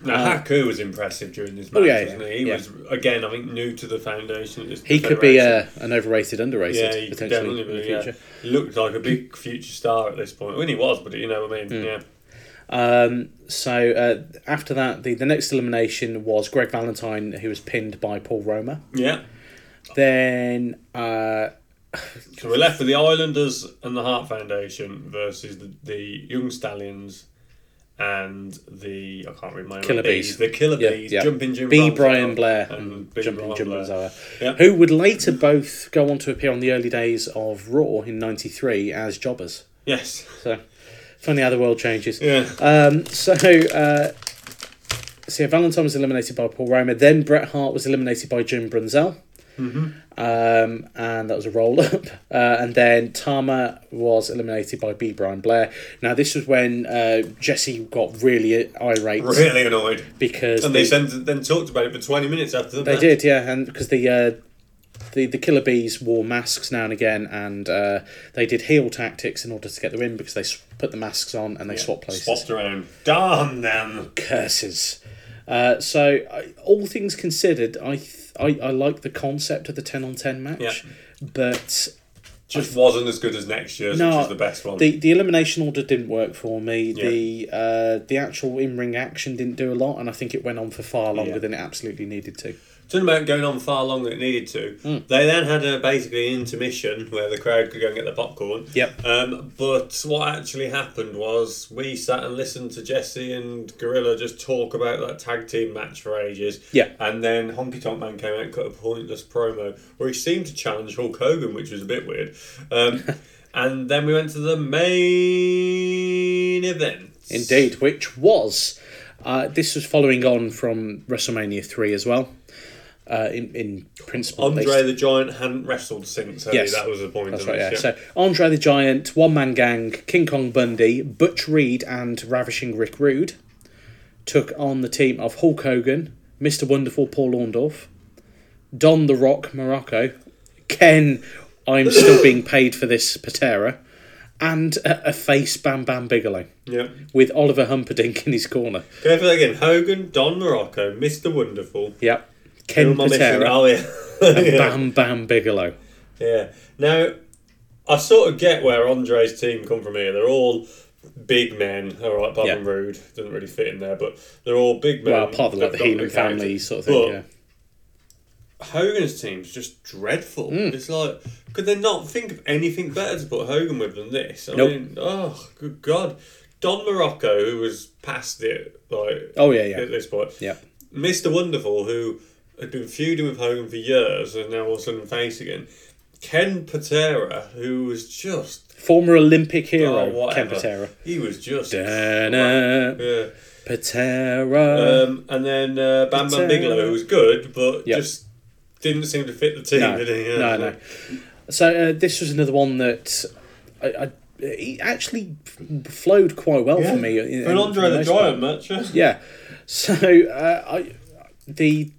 Speaker 2: Now, Haku was impressive during this match,
Speaker 3: Uh, Oh, yeah,
Speaker 2: wasn't
Speaker 3: yeah,
Speaker 2: he? He
Speaker 3: yeah.
Speaker 2: was, again, I think, new to the foundation. it's the
Speaker 3: He could be
Speaker 2: federation.
Speaker 3: uh, an overrated, underrated,
Speaker 2: yeah, he could
Speaker 3: potentially
Speaker 2: definitely
Speaker 3: in the
Speaker 2: be, yeah.
Speaker 3: future.
Speaker 2: He looked like a big future star at this point. When he was, but you know what I
Speaker 3: Hmm.
Speaker 2: mean? Yeah.
Speaker 3: Um, so, uh, after that, the, the next elimination was Greg Valentine, who was pinned by Paul Roma.
Speaker 2: Yeah.
Speaker 3: Then, uh,
Speaker 2: So we're left with the Islanders and the Heart Foundation versus the, the Young Stallions and the I can't read my
Speaker 3: Killer Bees.
Speaker 2: The Killer
Speaker 3: Yeah,
Speaker 2: Bees.
Speaker 3: yeah.
Speaker 2: Jumping Jim
Speaker 3: B.
Speaker 2: Brunzauer
Speaker 3: Brian Blair
Speaker 2: and
Speaker 3: and
Speaker 2: B.
Speaker 3: Jumping
Speaker 2: Brian
Speaker 3: Jim
Speaker 2: Blair.
Speaker 3: Brunzauer,
Speaker 2: Yeah.
Speaker 3: who would later both go on to appear on the early days of Raw in '93 as jobbers.
Speaker 2: Yes.
Speaker 3: So, funny how the world changes.
Speaker 2: Yeah.
Speaker 3: Um, so, uh, so yeah, Valentine was eliminated by Paul Roma. Then Bret Hart was eliminated by Jim Brunzel.
Speaker 2: Mm-hmm.
Speaker 3: Um, and that was a roll up. Uh, and then Tama was eliminated by B. Brian Blair. Now, this was when uh, Jesse got really irate
Speaker 2: really annoyed.
Speaker 3: because
Speaker 2: And they
Speaker 3: the-
Speaker 2: sent, then talked about it for 20 minutes after the
Speaker 3: they
Speaker 2: match.
Speaker 3: did, yeah, and because the uh, the, the killer bees wore masks now and again, and uh, they did heel tactics in order to get them in because they s- put the masks on and they swapped places.
Speaker 2: Swapped around. Damn them.
Speaker 3: Curses. Uh, so, I, all things considered, I, th- I I like the concept of the ten on ten match,
Speaker 2: Yeah.
Speaker 3: but
Speaker 2: Just wasn't as good as next year's,
Speaker 3: no,
Speaker 2: which is the best one.
Speaker 3: The, the elimination order didn't work for me. The uh, the actual in ring action didn't do a lot, and I think it went on for far longer
Speaker 2: Yeah.
Speaker 3: than it absolutely needed to.
Speaker 2: Talking about going on far longer than it needed to.
Speaker 3: Hmm.
Speaker 2: They then had a basically an intermission where the crowd could go and get their popcorn.
Speaker 3: Yep.
Speaker 2: Um, but what actually happened was we sat and listened to Jesse and Gorilla just talk about that tag team match for ages.
Speaker 3: Yeah.
Speaker 2: And then Honky Tonk Man came out and cut a pointless promo where he seemed to challenge Hulk Hogan, which was a bit weird. Um, and then we went to the main event.
Speaker 3: Indeed, which was uh, this was following on from WrestleMania three as well. Uh, in in principle, at
Speaker 2: Andre
Speaker 3: least.
Speaker 2: the Giant hadn't wrestled since. had he?
Speaker 3: Yes.
Speaker 2: That was the point.
Speaker 3: That's
Speaker 2: of
Speaker 3: right, yeah.
Speaker 2: this,
Speaker 3: So Andre the Giant, One Man Gang, King Kong Bundy, Butch Reed, and Ravishing Rick Rude took on the team of Hulk Hogan, Mr. Wonderful Paul Orndorff, Don the Rock Morocco, Ken, I'm still being paid for this Patera, and a, a face Bam Bam Bigelow
Speaker 2: yeah.
Speaker 3: with Oliver Humperdinck in his corner.
Speaker 2: Go for that again. Hogan, Don Morocco, Mr. Wonderful.
Speaker 3: Yep.
Speaker 2: Who
Speaker 3: Ken
Speaker 2: am I missing?
Speaker 3: Patera,
Speaker 2: Oh, yeah. yeah.
Speaker 3: Bam Bam Bigelow.
Speaker 2: yeah. Now, I sort of get where Andre's team come from here. They're all big men, all right, apart
Speaker 3: Yeah.
Speaker 2: from Rude. Doesn't really fit in there, but they're all big men.
Speaker 3: Well, part of like the
Speaker 2: They've got
Speaker 3: Heenan
Speaker 2: character.
Speaker 3: family sort of thing,
Speaker 2: But
Speaker 3: yeah.
Speaker 2: Hogan's team's just dreadful.
Speaker 3: Hmm.
Speaker 2: It's like, could they not think of anything better to put Hogan with than this? I
Speaker 3: Nope.
Speaker 2: mean, oh, good God. Don Morocco, who was past it, like,
Speaker 3: Oh, yeah, yeah.
Speaker 2: at this point.
Speaker 3: Yep.
Speaker 2: Mr. Wonderful, who had been feuding with Hogan for years and now all of a sudden face again. Ken Patera, who was just
Speaker 3: Former Olympic
Speaker 2: oh,
Speaker 3: hero, Ken
Speaker 2: whatever.
Speaker 3: Patera.
Speaker 2: He was just
Speaker 3: Da-na.
Speaker 2: yeah.
Speaker 3: Patera.
Speaker 2: Um, and then uh, Bam Bam
Speaker 3: Patera.
Speaker 2: Bigelow, who was good, but
Speaker 3: Yep.
Speaker 2: just didn't seem to fit the team.
Speaker 3: no,
Speaker 2: did he? Yeah, so-
Speaker 3: no, no. So uh, this was another one that I, I it actually f- flowed quite well for me. in-
Speaker 2: For an
Speaker 3: in-
Speaker 2: Andre the
Speaker 3: most part.
Speaker 2: Giant match. yeah.
Speaker 3: Yeah. So uh, I, the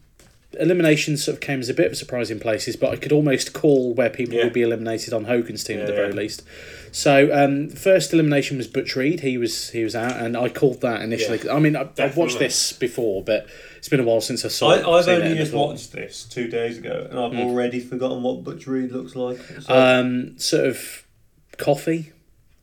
Speaker 3: elimination sort of came as a bit of a surprise in places, but I could almost call where people
Speaker 2: Yeah.
Speaker 3: would be eliminated on Hogan's team at the
Speaker 2: Yeah,
Speaker 3: very
Speaker 2: yeah.
Speaker 3: least. So um, first elimination was Butch Reed. He was he was out, and I called that initially.
Speaker 2: Yeah.
Speaker 3: I mean, I, I've watched
Speaker 2: Definitely.
Speaker 3: this before, but it's been a while since I saw. it,
Speaker 2: I, I've
Speaker 3: seen Mm. it,
Speaker 2: only
Speaker 3: and I
Speaker 2: just
Speaker 3: thought-
Speaker 2: watched this two days ago, and I've already forgotten what Butch Reed looks like. So-
Speaker 3: um, sort of coffee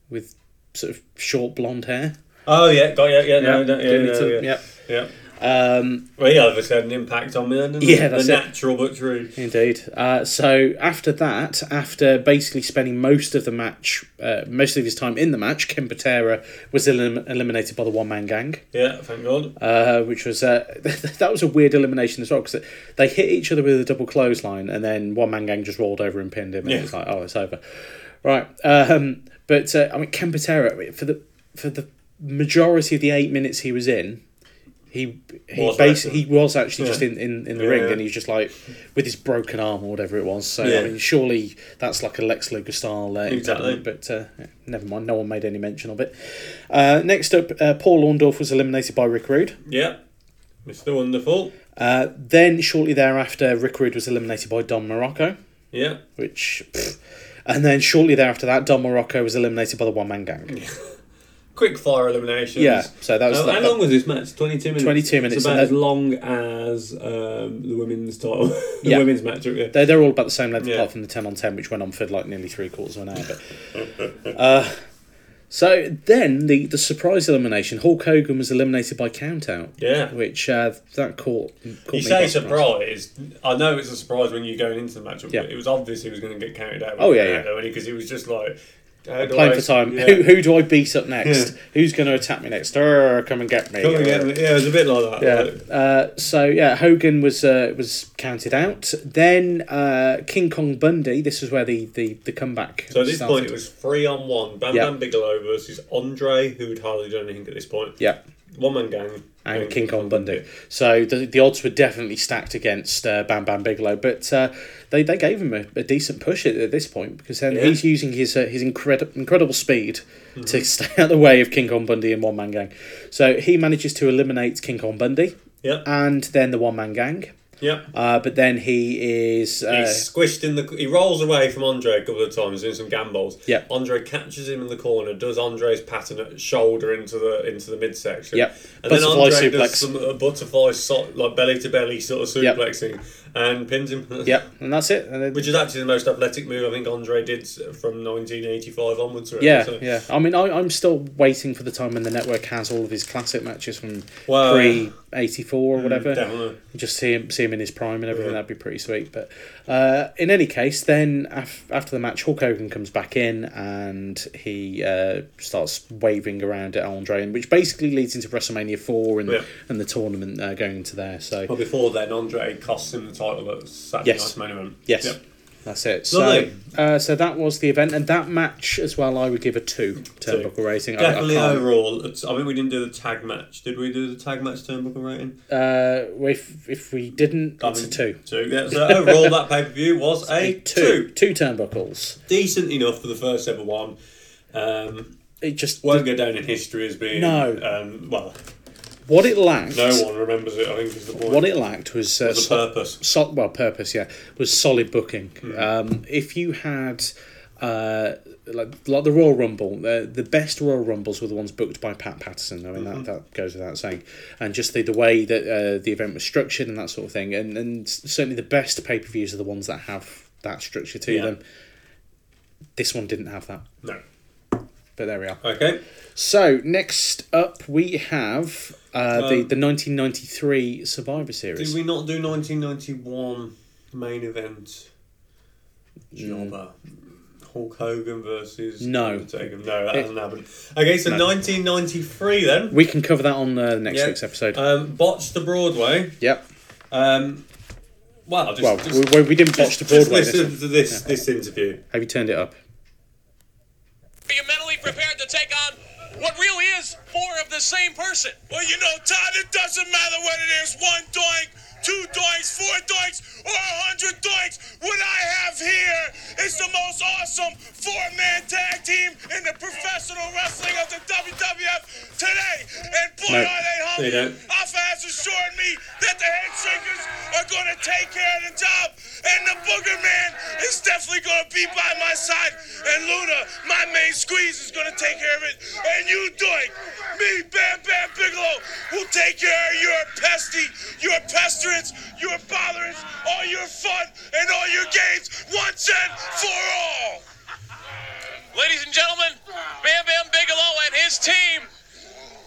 Speaker 3: with sort of short blonde hair.
Speaker 2: oh yeah, got yeah, yeah, no,
Speaker 3: Yeah,
Speaker 2: no, yeah,
Speaker 3: doing it
Speaker 2: yeah,
Speaker 3: to-
Speaker 2: yeah.
Speaker 3: yep.
Speaker 2: yeah.
Speaker 3: Um,
Speaker 2: Well, yeah, obviously had an impact on me. Then, didn't
Speaker 3: Yeah,
Speaker 2: it?
Speaker 3: that's
Speaker 2: the
Speaker 3: it.
Speaker 2: natural butchery.
Speaker 3: indeed. Uh, so after that, after basically spending most of the match, uh, most of his time in the match, Kim Patera was elim- eliminated by the One Man Gang,
Speaker 2: Yeah, thank God.
Speaker 3: uh, which was uh, that was a weird elimination as well because they hit each other with a double clothesline, and then One Man Gang just rolled over and pinned him, and
Speaker 2: Yeah.
Speaker 3: it was like, oh, it's over, right? Um, but uh, I mean, Kim Patera for the for the majority of the eight minutes he was in. he he
Speaker 2: Was
Speaker 3: basically he
Speaker 2: wrestling.
Speaker 3: was actually just
Speaker 2: Yeah.
Speaker 3: in, in, in the
Speaker 2: Yeah,
Speaker 3: ring
Speaker 2: yeah.
Speaker 3: and he was just like with his broken arm or whatever it was. So I
Speaker 2: Yeah.
Speaker 3: mean, surely that's like a Lex Luger style uh,
Speaker 2: Exactly.
Speaker 3: impediment, But uh, yeah, never mind, no one made any mention of it. Uh, next up, uh, Paul Orndorff was eliminated by Rick Rude.
Speaker 2: Yeah, Mr. Wonderful.
Speaker 3: Uh, then shortly thereafter, Rick Rude was eliminated by Don Morocco,
Speaker 2: Yeah,
Speaker 3: which. pfft. and then shortly thereafter that, Don Morocco was eliminated by the One Man Gang.
Speaker 2: quick fire eliminations.
Speaker 3: Yeah, so that was
Speaker 2: How-
Speaker 3: that-
Speaker 2: how long was this match? Twenty two minutes.
Speaker 3: 22 minutes,
Speaker 2: It's about
Speaker 3: and
Speaker 2: as
Speaker 3: that-
Speaker 2: long as um, the women's title, the
Speaker 3: Yeah.
Speaker 2: women's match. Yeah.
Speaker 3: They're, they're all about the same length,
Speaker 2: Yeah.
Speaker 3: apart from the 10 on 10, which went on for like nearly three quarters of an hour. But, uh, so then the, the surprise elimination Hulk Hogan was eliminated by count out.
Speaker 2: Yeah.
Speaker 3: Which uh, that caught, caught
Speaker 2: You
Speaker 3: me
Speaker 2: say
Speaker 3: by
Speaker 2: surprise. I know it's a surprise when you're going into the match,
Speaker 3: Yeah.
Speaker 2: but it was obvious he was going to get counted out.
Speaker 3: Oh, yeah, yeah.
Speaker 2: Because he was just like how do
Speaker 3: Playing
Speaker 2: I-
Speaker 3: for time.
Speaker 2: Yeah.
Speaker 3: Who, who do I beat up next? Who's going to attack me next? Arr, come and get me.
Speaker 2: Come and get me. Yeah, it was a bit like that. like-
Speaker 3: Yeah. Uh, so yeah, Hogan was uh, was counted out. Then uh, King Kong Bundy. This is where the the, the comeback.
Speaker 2: So at this
Speaker 3: started.
Speaker 2: point, it was three on one. Bam
Speaker 3: Yeah.
Speaker 2: Bam Bigelow versus Andre, who had hardly done anything at this point.
Speaker 3: Yeah.
Speaker 2: One man gang.
Speaker 3: and King Kong Bundy. So the the odds were definitely stacked against uh, Bam Bam Bigelow, but uh, they they gave him a, a decent push at, at this point because then
Speaker 2: Yeah. Mm-hmm.
Speaker 3: he's using his uh, his incredible incredible speed to stay out the way of King Kong Bundy and One Man Gang. So he manages to eliminate King Kong Bundy
Speaker 2: Yep.
Speaker 3: and then the One Man Gang.
Speaker 2: Yep.
Speaker 3: Uh, but then he is. Uh,
Speaker 2: He's squished in the. He rolls away from Andre a couple of times doing some gambles.
Speaker 3: Yep.
Speaker 2: Andre catches him in the corner, does Andre's pattern at shoulder into the into the midsection.
Speaker 3: Yep.
Speaker 2: And
Speaker 3: Butterfly
Speaker 2: then Andre
Speaker 3: suplex.
Speaker 2: does some uh, butterfly so, like belly to belly sort of
Speaker 3: Yep.
Speaker 2: suplexing and pins him.
Speaker 3: Yep, and that's it. And then,
Speaker 2: Which is actually the most athletic move I think Andre did from 1985 onwards. Really.
Speaker 3: yeah,
Speaker 2: So-
Speaker 3: yeah. I mean, I, I'm still waiting for the time when the network has all of his classic matches from
Speaker 2: Well, Mm,
Speaker 3: pre '84 or whatever.
Speaker 2: definitely.
Speaker 3: Just see him, see him in his prime and everything.
Speaker 2: Yeah.
Speaker 3: That'd be pretty sweet. But uh, in any case, then af- after the match, Hulk Hogan comes back in and he uh, starts waving around at Andre, and which basically leads into WrestleMania Four and
Speaker 2: Yeah.
Speaker 3: and the tournament uh, going into there. So
Speaker 2: But before then, Andre costs him the title at Saturday
Speaker 3: Yes.
Speaker 2: Night's Main Event.
Speaker 3: yes.
Speaker 2: Yep.
Speaker 3: That's it. So,
Speaker 2: Lovely.
Speaker 3: uh, so that was the event, and that match as well. I would give a two turnbuckle rating. I- I
Speaker 2: Definitely
Speaker 3: can't-
Speaker 2: overall. It's, I mean, we didn't do the tag match. Did we do the tag match turnbuckle rating?
Speaker 3: Uh, if if we didn't,
Speaker 2: I
Speaker 3: it's a
Speaker 2: mean,
Speaker 3: two.
Speaker 2: Two. Yeah, so overall, that pay per view was a,
Speaker 3: two.
Speaker 2: two.
Speaker 3: Two turnbuckles.
Speaker 2: Decent enough for the first ever one. Um,
Speaker 3: It just
Speaker 2: won't go down in history as being.
Speaker 3: No.
Speaker 2: Um, well,
Speaker 3: what it lacked.
Speaker 2: no one remembers it. I think is the point.
Speaker 3: What it lacked was uh,
Speaker 2: the
Speaker 3: so-
Speaker 2: purpose.
Speaker 3: so- well, purpose. Yeah, was solid booking.
Speaker 2: Hmm.
Speaker 3: Um, if you had. Uh, like, like the Royal Rumble, the the best Royal Rumbles were the ones booked by Pat Patterson. I mean
Speaker 2: Mm-hmm.
Speaker 3: that, that goes without saying, and just the, the way that uh, the event was structured and that sort of thing, and and certainly the best pay per views are the ones that have that structure to
Speaker 2: Yeah.
Speaker 3: them. This one didn't have that,
Speaker 2: No.
Speaker 3: but there we are.
Speaker 2: Okay.
Speaker 3: So next up, we have uh, the the nineteen ninety three Survivor
Speaker 2: Did
Speaker 3: Series.
Speaker 2: we not Um, do 1991 main event? Jobber. Hulk Hogan versus
Speaker 3: Mm. No.
Speaker 2: Undertaker. No, that hasn't happened. Okay, so 1993 then.
Speaker 3: We can cover that on uh, next
Speaker 2: Yeah.
Speaker 3: week's episode.
Speaker 2: Um, botched the Broadway.
Speaker 3: yep.
Speaker 2: Um, well, just,
Speaker 3: Well,
Speaker 2: just,
Speaker 3: we, we- we didn't botch the
Speaker 2: just-
Speaker 3: Broadway.
Speaker 2: just
Speaker 3: this
Speaker 2: listen
Speaker 3: one.
Speaker 2: to this this interview.
Speaker 3: Have you turned it up?
Speaker 6: Are you mentally prepared to take on what really is more of the same person?
Speaker 7: Well, you know, Todd, it doesn't matter whether there's one doink, two doinks, four doinks, or a hundred doinks. What I have here is the most awesome four-man tag team in the professional wrestling of the WWF today. And
Speaker 3: No,
Speaker 7: boy, are they
Speaker 2: they
Speaker 7: hungry.
Speaker 2: don't.
Speaker 7: Alpha has assured me that the head shakers are going to take care of the job, and the booger man is definitely going to be by my side, and Luna, my main squeeze, is going to take care of it, and you, Doink, me, Bam Bam Bigelow, will take care of your pesty, your pesterance, your botherance, all your fun, and all your games, once and for all.
Speaker 6: Ladies and gentlemen, Bam Bam Bigelow and his team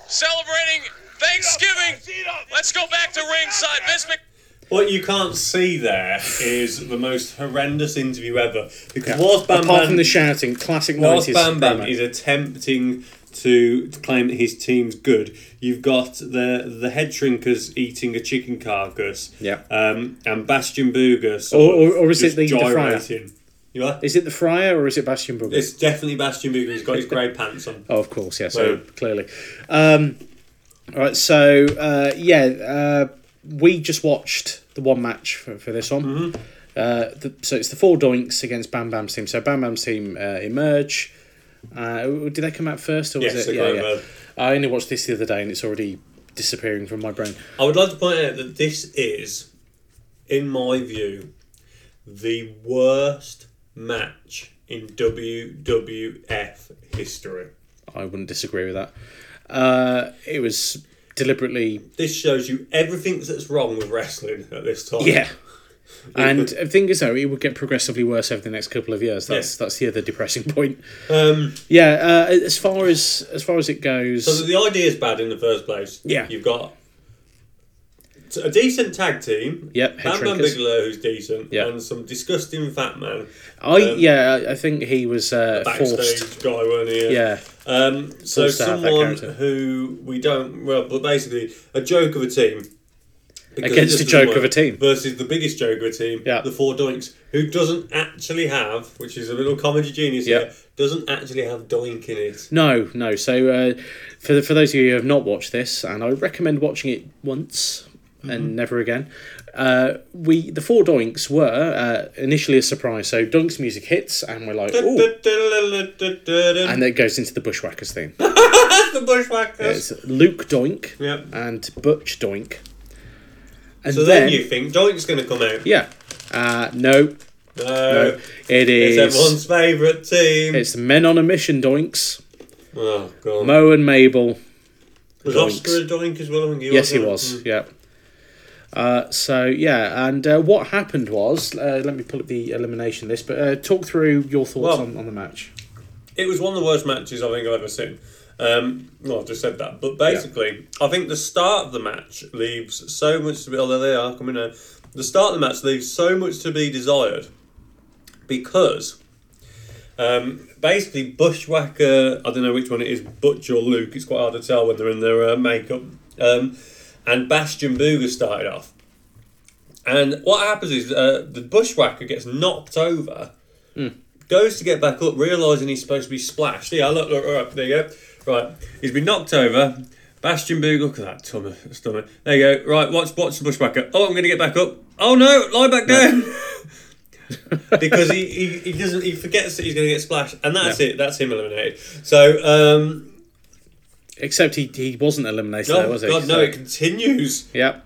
Speaker 6: celebrating Thanksgiving. Let's go back to ringside. Vince Mc-
Speaker 2: What you can't see there is the most horrendous interview ever because whilst Bam
Speaker 3: Apart
Speaker 2: Bam-
Speaker 3: from the shouting, classic
Speaker 2: Whilst
Speaker 3: nineties.
Speaker 2: Bam Bam is attempting to claim that his team's good, you've got the the head shrinkers eating a chicken carcass.
Speaker 3: Yeah.
Speaker 2: Um, and Bastion Booger.
Speaker 3: Or- or- or is it the- the fryer?
Speaker 2: You are?
Speaker 3: Is it the Friar or is it Bastion Brooks?
Speaker 2: It's definitely Bastion Booger. He's got his grey pants on.
Speaker 3: Oh, of course, yeah. So
Speaker 2: Well-
Speaker 3: clearly, um, all right. So uh, yeah, uh, we just watched the one match for, for this one.
Speaker 2: Mm-hmm.
Speaker 3: Uh, the, so it's the four doinks against Bam Bam's team. So Bam Bam's team uh, emerge. Uh, did they come out first or was
Speaker 2: Yes,
Speaker 3: it?
Speaker 2: they
Speaker 3: Yeah,
Speaker 2: came
Speaker 3: yeah.
Speaker 2: out.
Speaker 3: I only watched this the other day and it's already disappearing from my brain.
Speaker 2: I would like to point out that this is, in my view, the worst match in WWF history.
Speaker 3: I wouldn't disagree with that. Uh, it was deliberately
Speaker 2: This shows you everything that's wrong with wrestling at this time.
Speaker 3: Yeah. And the thing is, though, it would get progressively worse over the next couple of years. That's
Speaker 2: Yeah.
Speaker 3: that's the other depressing point.
Speaker 2: Um,
Speaker 3: Yeah, uh, as far as as far as it goes,
Speaker 2: So the idea is bad in the first place.
Speaker 3: Yeah.
Speaker 2: You've got a decent tag team.
Speaker 3: Yep, head
Speaker 2: Bam Bam
Speaker 3: shrinkers.
Speaker 2: Bigelow, who's decent,
Speaker 3: Yeah.
Speaker 2: and some disgusting fat man.
Speaker 3: I
Speaker 2: um,
Speaker 3: yeah, I- I think he was uh,
Speaker 2: Backstage
Speaker 3: forced.
Speaker 2: guy, weren't he?
Speaker 3: Yeah,
Speaker 2: Um, so
Speaker 3: Forced to have that
Speaker 2: someone
Speaker 3: character.
Speaker 2: who we don't well, but basically a joke of a team. because
Speaker 3: Against
Speaker 2: it just
Speaker 3: a joke
Speaker 2: doesn't
Speaker 3: of a
Speaker 2: work,
Speaker 3: team.
Speaker 2: versus the biggest joke of a team,
Speaker 3: Yeah.
Speaker 2: the four doinks, who doesn't actually have, which is a little comedy genius
Speaker 3: Yeah.
Speaker 2: here, doesn't actually have doink in it.
Speaker 3: no, no. So uh, for the, for those of you who have not watched this, and I recommend watching it once
Speaker 2: Mm-hmm.
Speaker 3: and never again. Uh, we the four Doinks were uh, initially a surprise. So Doink's music hits, and we're like, oh, and
Speaker 2: And
Speaker 3: then it goes into the Bushwhackers theme.
Speaker 2: the bushwhackers.
Speaker 3: It's Luke Doink
Speaker 2: Yep.
Speaker 3: and Butch Doink. And
Speaker 2: So then,
Speaker 3: then,
Speaker 2: you think Giant's going to come out?
Speaker 3: yeah, uh, no,
Speaker 2: No,
Speaker 3: no, it
Speaker 2: it's
Speaker 3: is.
Speaker 2: everyone's favourite team.
Speaker 3: It's the men on a mission, Doinks.
Speaker 2: oh god,
Speaker 3: Mo and Mabel.
Speaker 2: was
Speaker 3: Doinks.
Speaker 2: Oscar a doink as well? I think he
Speaker 3: Yes, he
Speaker 2: wasn't Mm. it? Hmm.
Speaker 3: was. Yeah. Uh, so yeah, and uh, what happened was, uh, let me pull up the elimination list. But uh, talk through your thoughts
Speaker 2: Well-
Speaker 3: on, on the match.
Speaker 2: It was one of the worst matches I think I've ever seen. Um, well, I've just said that. But basically, I think the start of the match leaves so much to be. Although they are coming in. The start of the match leaves so much to be desired because um, basically Bushwhacker, I don't know which one it is, Butch or Luke, it's quite hard to tell when they're in their uh, makeup, um, and Bastion Booger started off. And what happens is uh, the Bushwhacker gets knocked over goes to get back up, realising he's supposed to be splashed. Yeah, look, look, right, there you go. Right, he's been knocked over. Bastion Boogle, look at that tummy, stomach. There you go. Right, watch, watch the bushwhacker. Oh, I'm going to get back up. Oh no, lie back down. because he, he, he doesn't he forgets that he's going to get splashed, and that's it. That's him eliminated. So um,
Speaker 3: Except he, he wasn't eliminated, there,
Speaker 2: oh
Speaker 3: was he?
Speaker 2: god, no,
Speaker 3: So-
Speaker 2: it continues.
Speaker 3: Yep.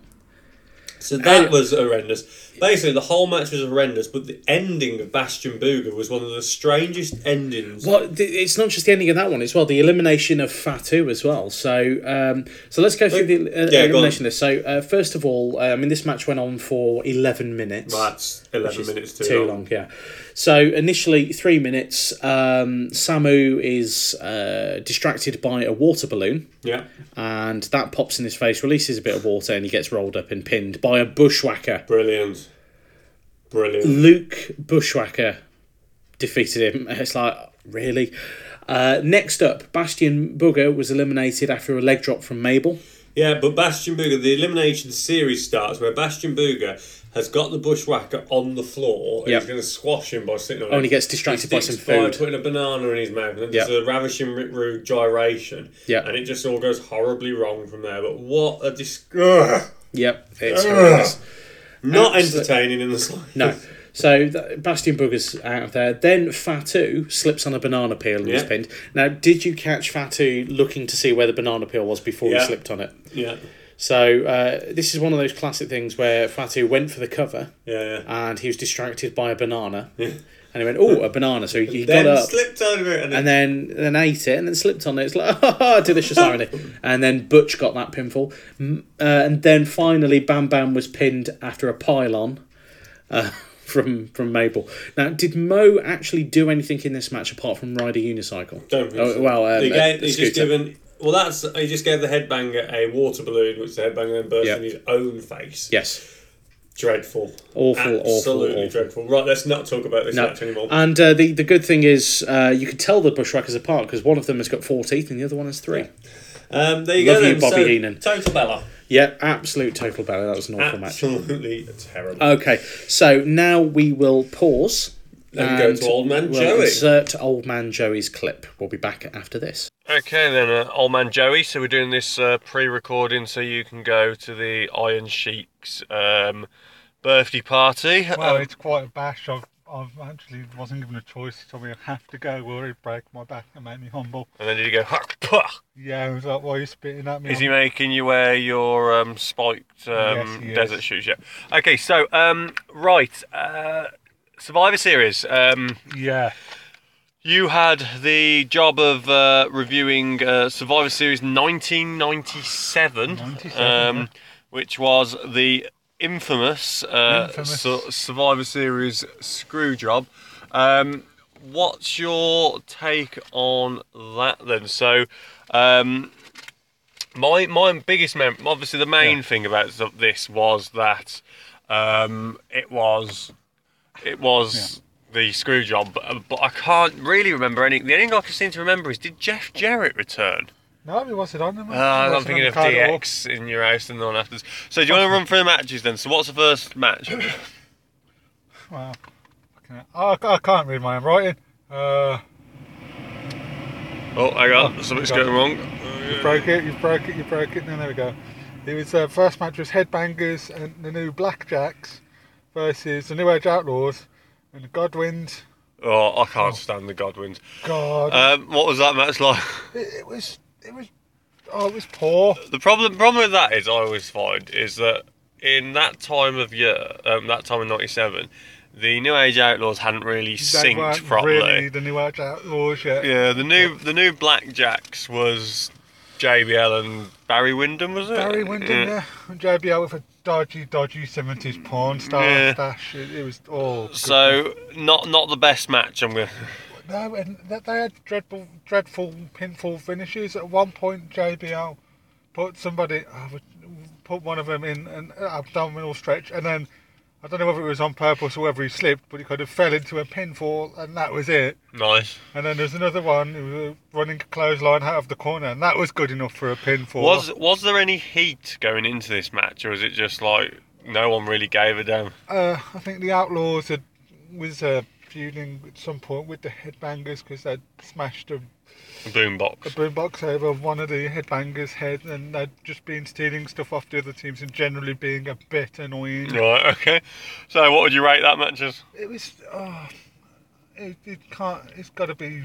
Speaker 2: So that
Speaker 3: And-
Speaker 2: was horrendous. Basically, the whole match was horrendous, but the ending of Bastion Booger was one of the strangest endings.
Speaker 3: Well, th- it's not just the ending of that one as well. The elimination of Fatu as well. So, um, so let's go through the uh,
Speaker 2: Oh, Yeah, go on.
Speaker 3: elimination list. So, uh, first of all, uh, I mean, this match went on for eleven minutes.
Speaker 2: That's
Speaker 3: which
Speaker 2: eleven
Speaker 3: is
Speaker 2: minutes too,
Speaker 3: long. Yeah. So initially three minutes. Um, Samu is uh, distracted by a water balloon,
Speaker 2: Yeah.
Speaker 3: and that pops in his face, releases a bit of water, and he gets rolled up and pinned by a bushwhacker.
Speaker 2: Brilliant.
Speaker 3: Mm-hmm.
Speaker 2: Brilliant.
Speaker 3: Luke Bushwhacker defeated him. It's like, really? Uh, next up, Bastian Booger was eliminated after a leg drop from Mabel.
Speaker 2: Yeah, but Bastion Booger, the elimination series starts where Bastion Booger has got the bushwhacker on the floor and
Speaker 3: Yep. Oh,
Speaker 2: he's going to squash him by sitting on him.
Speaker 3: and he gets distracted by
Speaker 2: sticks
Speaker 3: some
Speaker 2: by
Speaker 3: food.
Speaker 2: putting a banana in his mouth and then
Speaker 3: Yep.
Speaker 2: there's a ravishing Rick Rude gyration.
Speaker 3: Yep.
Speaker 2: And it just all goes horribly wrong from there. But what a disgust.
Speaker 3: Yep, it's horrendous.
Speaker 2: Not
Speaker 3: Absolute-
Speaker 2: entertaining in the slightest.
Speaker 3: No. So th- Bastian Booger's out of there. Then Fatu slips on a banana peel and is
Speaker 2: Yeah.
Speaker 3: pinned. Now, did you catch Fatu looking to see where the banana peel was before he
Speaker 2: Yeah.
Speaker 3: slipped on it?
Speaker 2: Yeah.
Speaker 3: So uh, this is one of those classic things where Fatu went for the cover
Speaker 2: Yeah, yeah.
Speaker 3: and he was distracted by a banana. and he went, oh, a banana. So he got
Speaker 2: Then
Speaker 3: up.
Speaker 2: slipped over it and then,
Speaker 3: and then then ate it and then slipped on it. It's like, delicious irony. And then Butch got that pinfall. M- Uh, and then finally, Bam Bam was pinned after a pylon uh, from from Mabel. Now, did Mo actually do anything in this match apart from ride a unicycle?
Speaker 2: Don't think
Speaker 3: Oh,
Speaker 2: so.
Speaker 3: Well, um,
Speaker 2: He
Speaker 3: a-
Speaker 2: gave-
Speaker 3: a
Speaker 2: he's just
Speaker 3: scooter.
Speaker 2: given. Well, that's he just gave the headbanger a water balloon, which the headbanger then burst
Speaker 3: Yeah.
Speaker 2: in his own face.
Speaker 3: Yes.
Speaker 2: dreadful,
Speaker 3: Awful, awful,
Speaker 2: absolutely
Speaker 3: awful.
Speaker 2: dreadful. Right, let's not talk about this
Speaker 3: No.
Speaker 2: match anymore.
Speaker 3: And uh, the, the good thing is, uh, you could tell the bushwhackers apart because one of them has got four teeth and the other one has three.
Speaker 2: Um, there you
Speaker 3: Love
Speaker 2: go,
Speaker 3: you,
Speaker 2: then.
Speaker 3: Bobby
Speaker 2: so,
Speaker 3: Heenan.
Speaker 2: Total Bella,
Speaker 3: Yeah, absolute total belly. That was an awful match.
Speaker 2: absolutely terrible.
Speaker 3: Okay, so now we will pause.
Speaker 2: Then go to Old Man
Speaker 3: we'll
Speaker 2: Joey.
Speaker 3: Insert Old Man Joey's clip. We'll be back after this.
Speaker 8: Okay, then, uh, old man Joey. So we're doing this uh, pre-recording, so you can go to the Iron Sheik's um, birthday party.
Speaker 9: Well,
Speaker 8: Um,
Speaker 9: it's quite a bash. I've, I've actually wasn't given a choice. He told me I have to go, or he'd break my back and make me humble.
Speaker 8: and then did you go? "Huck, puh."
Speaker 9: Yeah, I was like, why are you spitting at me?
Speaker 8: Is he making you wear your um, spiked
Speaker 9: Yes,
Speaker 8: um,
Speaker 9: he is.
Speaker 8: desert shoes? Yeah. Okay, so um, right, uh, Survivor Series. Um,
Speaker 9: Yeah,
Speaker 8: you had the job of uh, reviewing uh, Survivor Series 1997,
Speaker 9: 97, yeah.
Speaker 8: um, which was the infamous, uh,
Speaker 9: Infamous.
Speaker 8: Su- Survivor Series screw job. Um, what's your take on that then? So, um, my my biggest mem obviously the main thing about th- this was that um, it was it was the screw job, but, uh, but I can't really remember any. The only thing I can seem to remember is did Jeff Jarrett return?
Speaker 9: no, he wasn't on them.
Speaker 8: Uh, I'm thinking of DX in your house and the one after. this. So do you want to run through the matches then? So what's the first match?
Speaker 9: Wow. Fucking hell. I, I can't read my own writing. Uh,
Speaker 8: Oh, hang on, something's
Speaker 9: God.
Speaker 8: going wrong.
Speaker 9: you broke it, you broke it, you broke it. No, there we go. It was uh, first match was Headbangers and the new Blackjacks versus the New Age Outlaws and the Godwins.
Speaker 8: Oh, I can't stand the Godwins.
Speaker 9: God,
Speaker 8: Um, what was that match like?
Speaker 9: it, it was, it was, oh, it was poor.
Speaker 8: The problem problem with that is I always find is that
Speaker 2: in that time of year, um, that time of '97, the New Age Outlaws hadn't really
Speaker 9: They weren't
Speaker 2: synced properly.
Speaker 9: Really, the new Age Outlaws yet.
Speaker 2: Yeah, the new the new Blackjacks was JBL and Barry Windham, was it?
Speaker 9: Barry Windham, yeah. And JBL with a dodgy, dodgy 70s porn star
Speaker 2: Yeah.
Speaker 9: stash. It, it was all. good.
Speaker 2: So not not the best match. I'm gonna.
Speaker 9: No, and th- they had dreadful, dreadful pinfall finishes. At one point, JBL put somebody, I would- put one of them in an abdominal stretch, and then I don't know whether it was on purpose or whether he slipped, but he kind of fell into a pinfall, and that was it.
Speaker 2: Nice.
Speaker 9: And then there's another one who was a running clothesline out of the corner, and that was good enough for a pinfall.
Speaker 2: Was was there any heat going into this match, or was it just like no one really gave a damn?
Speaker 9: uh, I think the Outlaws had was uh, feuding at some point with the Headbangers because they'd smashed a a
Speaker 2: Boombox.
Speaker 9: boombox over one of the headbangers' head, and they'd just been stealing stuff off the other teams and generally being a bit annoying.
Speaker 2: Right. Okay. So what would you rate that match as?
Speaker 9: It was, oh, it, it can't. It's got to be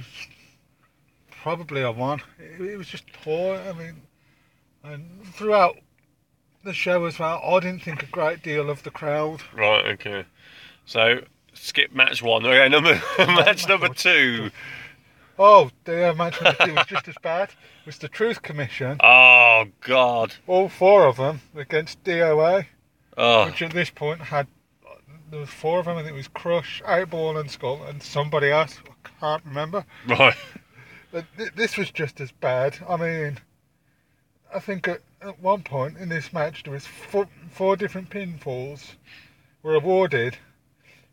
Speaker 9: probably a one. It, it was just poor. I mean, and throughout the show as well, I didn't think a great deal of the crowd.
Speaker 2: Right. Okay. So skip match one. Okay. Number match number two.
Speaker 9: Oh, the uh, match with the team was just as bad. It was the Truth Commission,
Speaker 2: Oh God.
Speaker 9: all four of them against DOA.
Speaker 2: Oh.
Speaker 9: which at this point had there was four of them. I think it was Crush, Outball, and Skull, and somebody else. I can't remember.
Speaker 2: Right.
Speaker 9: But th- this was just as bad. I mean, I think at, at one point in this match there was four, four different pinfalls were awarded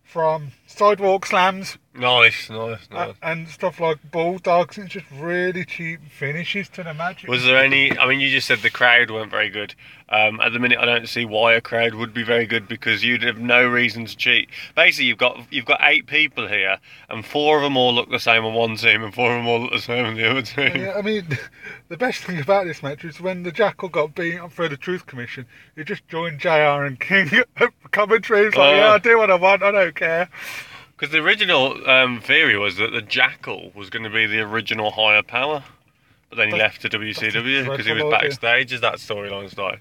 Speaker 9: from sidewalk slams
Speaker 2: Nice. Nice.
Speaker 9: a-
Speaker 2: Nice.
Speaker 9: and stuff like bulldogs. It's just really cheap finishes to the match. It
Speaker 2: Was there any? I mean, you just said the crowd weren't very good. Um, at the minute, I don't see why a crowd would be very good because you'd have no reason to cheat. Basically, you've got you've got eight people here, and four of them all look the same on one team, and four of them all look the same on the other team.
Speaker 9: Yeah, I mean, the best thing about this match is when the Jackal got beaten up for the Truth Commission, he just joined JR and King at commentary. He was like,
Speaker 2: Oh.
Speaker 9: yeah, I do what I want, I don't care.
Speaker 2: Because the original um, theory was that the Jackal was going to be the original higher power, but then he
Speaker 9: That-
Speaker 2: left to WCW because he was
Speaker 9: dreadful idea.
Speaker 2: backstage as that storyline started.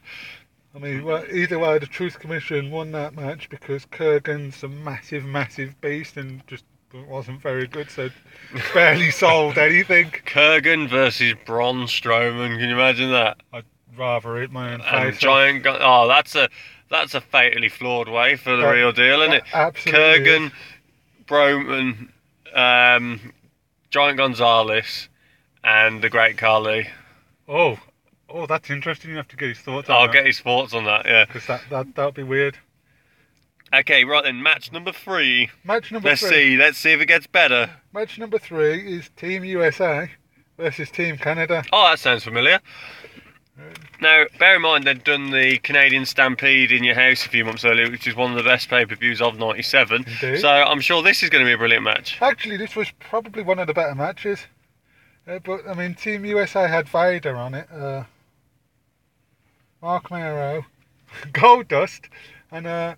Speaker 9: I mean, well, either way, the Truth Commission won that match because Kurgan's a massive, massive beast and just wasn't very good, so barely sold anything.
Speaker 2: Kurgan versus Braun Strowman. Can you imagine that?
Speaker 9: I'd rather eat my own
Speaker 2: and
Speaker 9: face.
Speaker 2: giant gun. Oh, that's a that's a fatally flawed way for the
Speaker 9: That-
Speaker 2: real deal, isn't it?
Speaker 9: that absolutely
Speaker 2: Kurgan, Broman, um, Giant Gonzalez, and the Great Carly.
Speaker 9: Oh, oh, that's interesting. You have to get his thoughts on
Speaker 2: I'll get his thoughts on that. Yeah.
Speaker 9: Because that, that, that would be weird.
Speaker 2: Okay, right then. Match number three.
Speaker 9: Match number
Speaker 2: Let's
Speaker 9: three.
Speaker 2: see. Let's see if it gets better.
Speaker 9: Match number three is Team USA versus Team Canada.
Speaker 2: Oh, that sounds familiar. Now, bear in mind they'd done the Canadian Stampede in your house a few months earlier, which is one of the best pay-per-views of '97.
Speaker 9: Indeed.
Speaker 2: So I'm sure this is going to be a brilliant match.
Speaker 9: Actually, this was probably one of the better matches. Uh, but, I mean, Team USA had Vader on it, uh, Mark Mero, Goldust, and uh,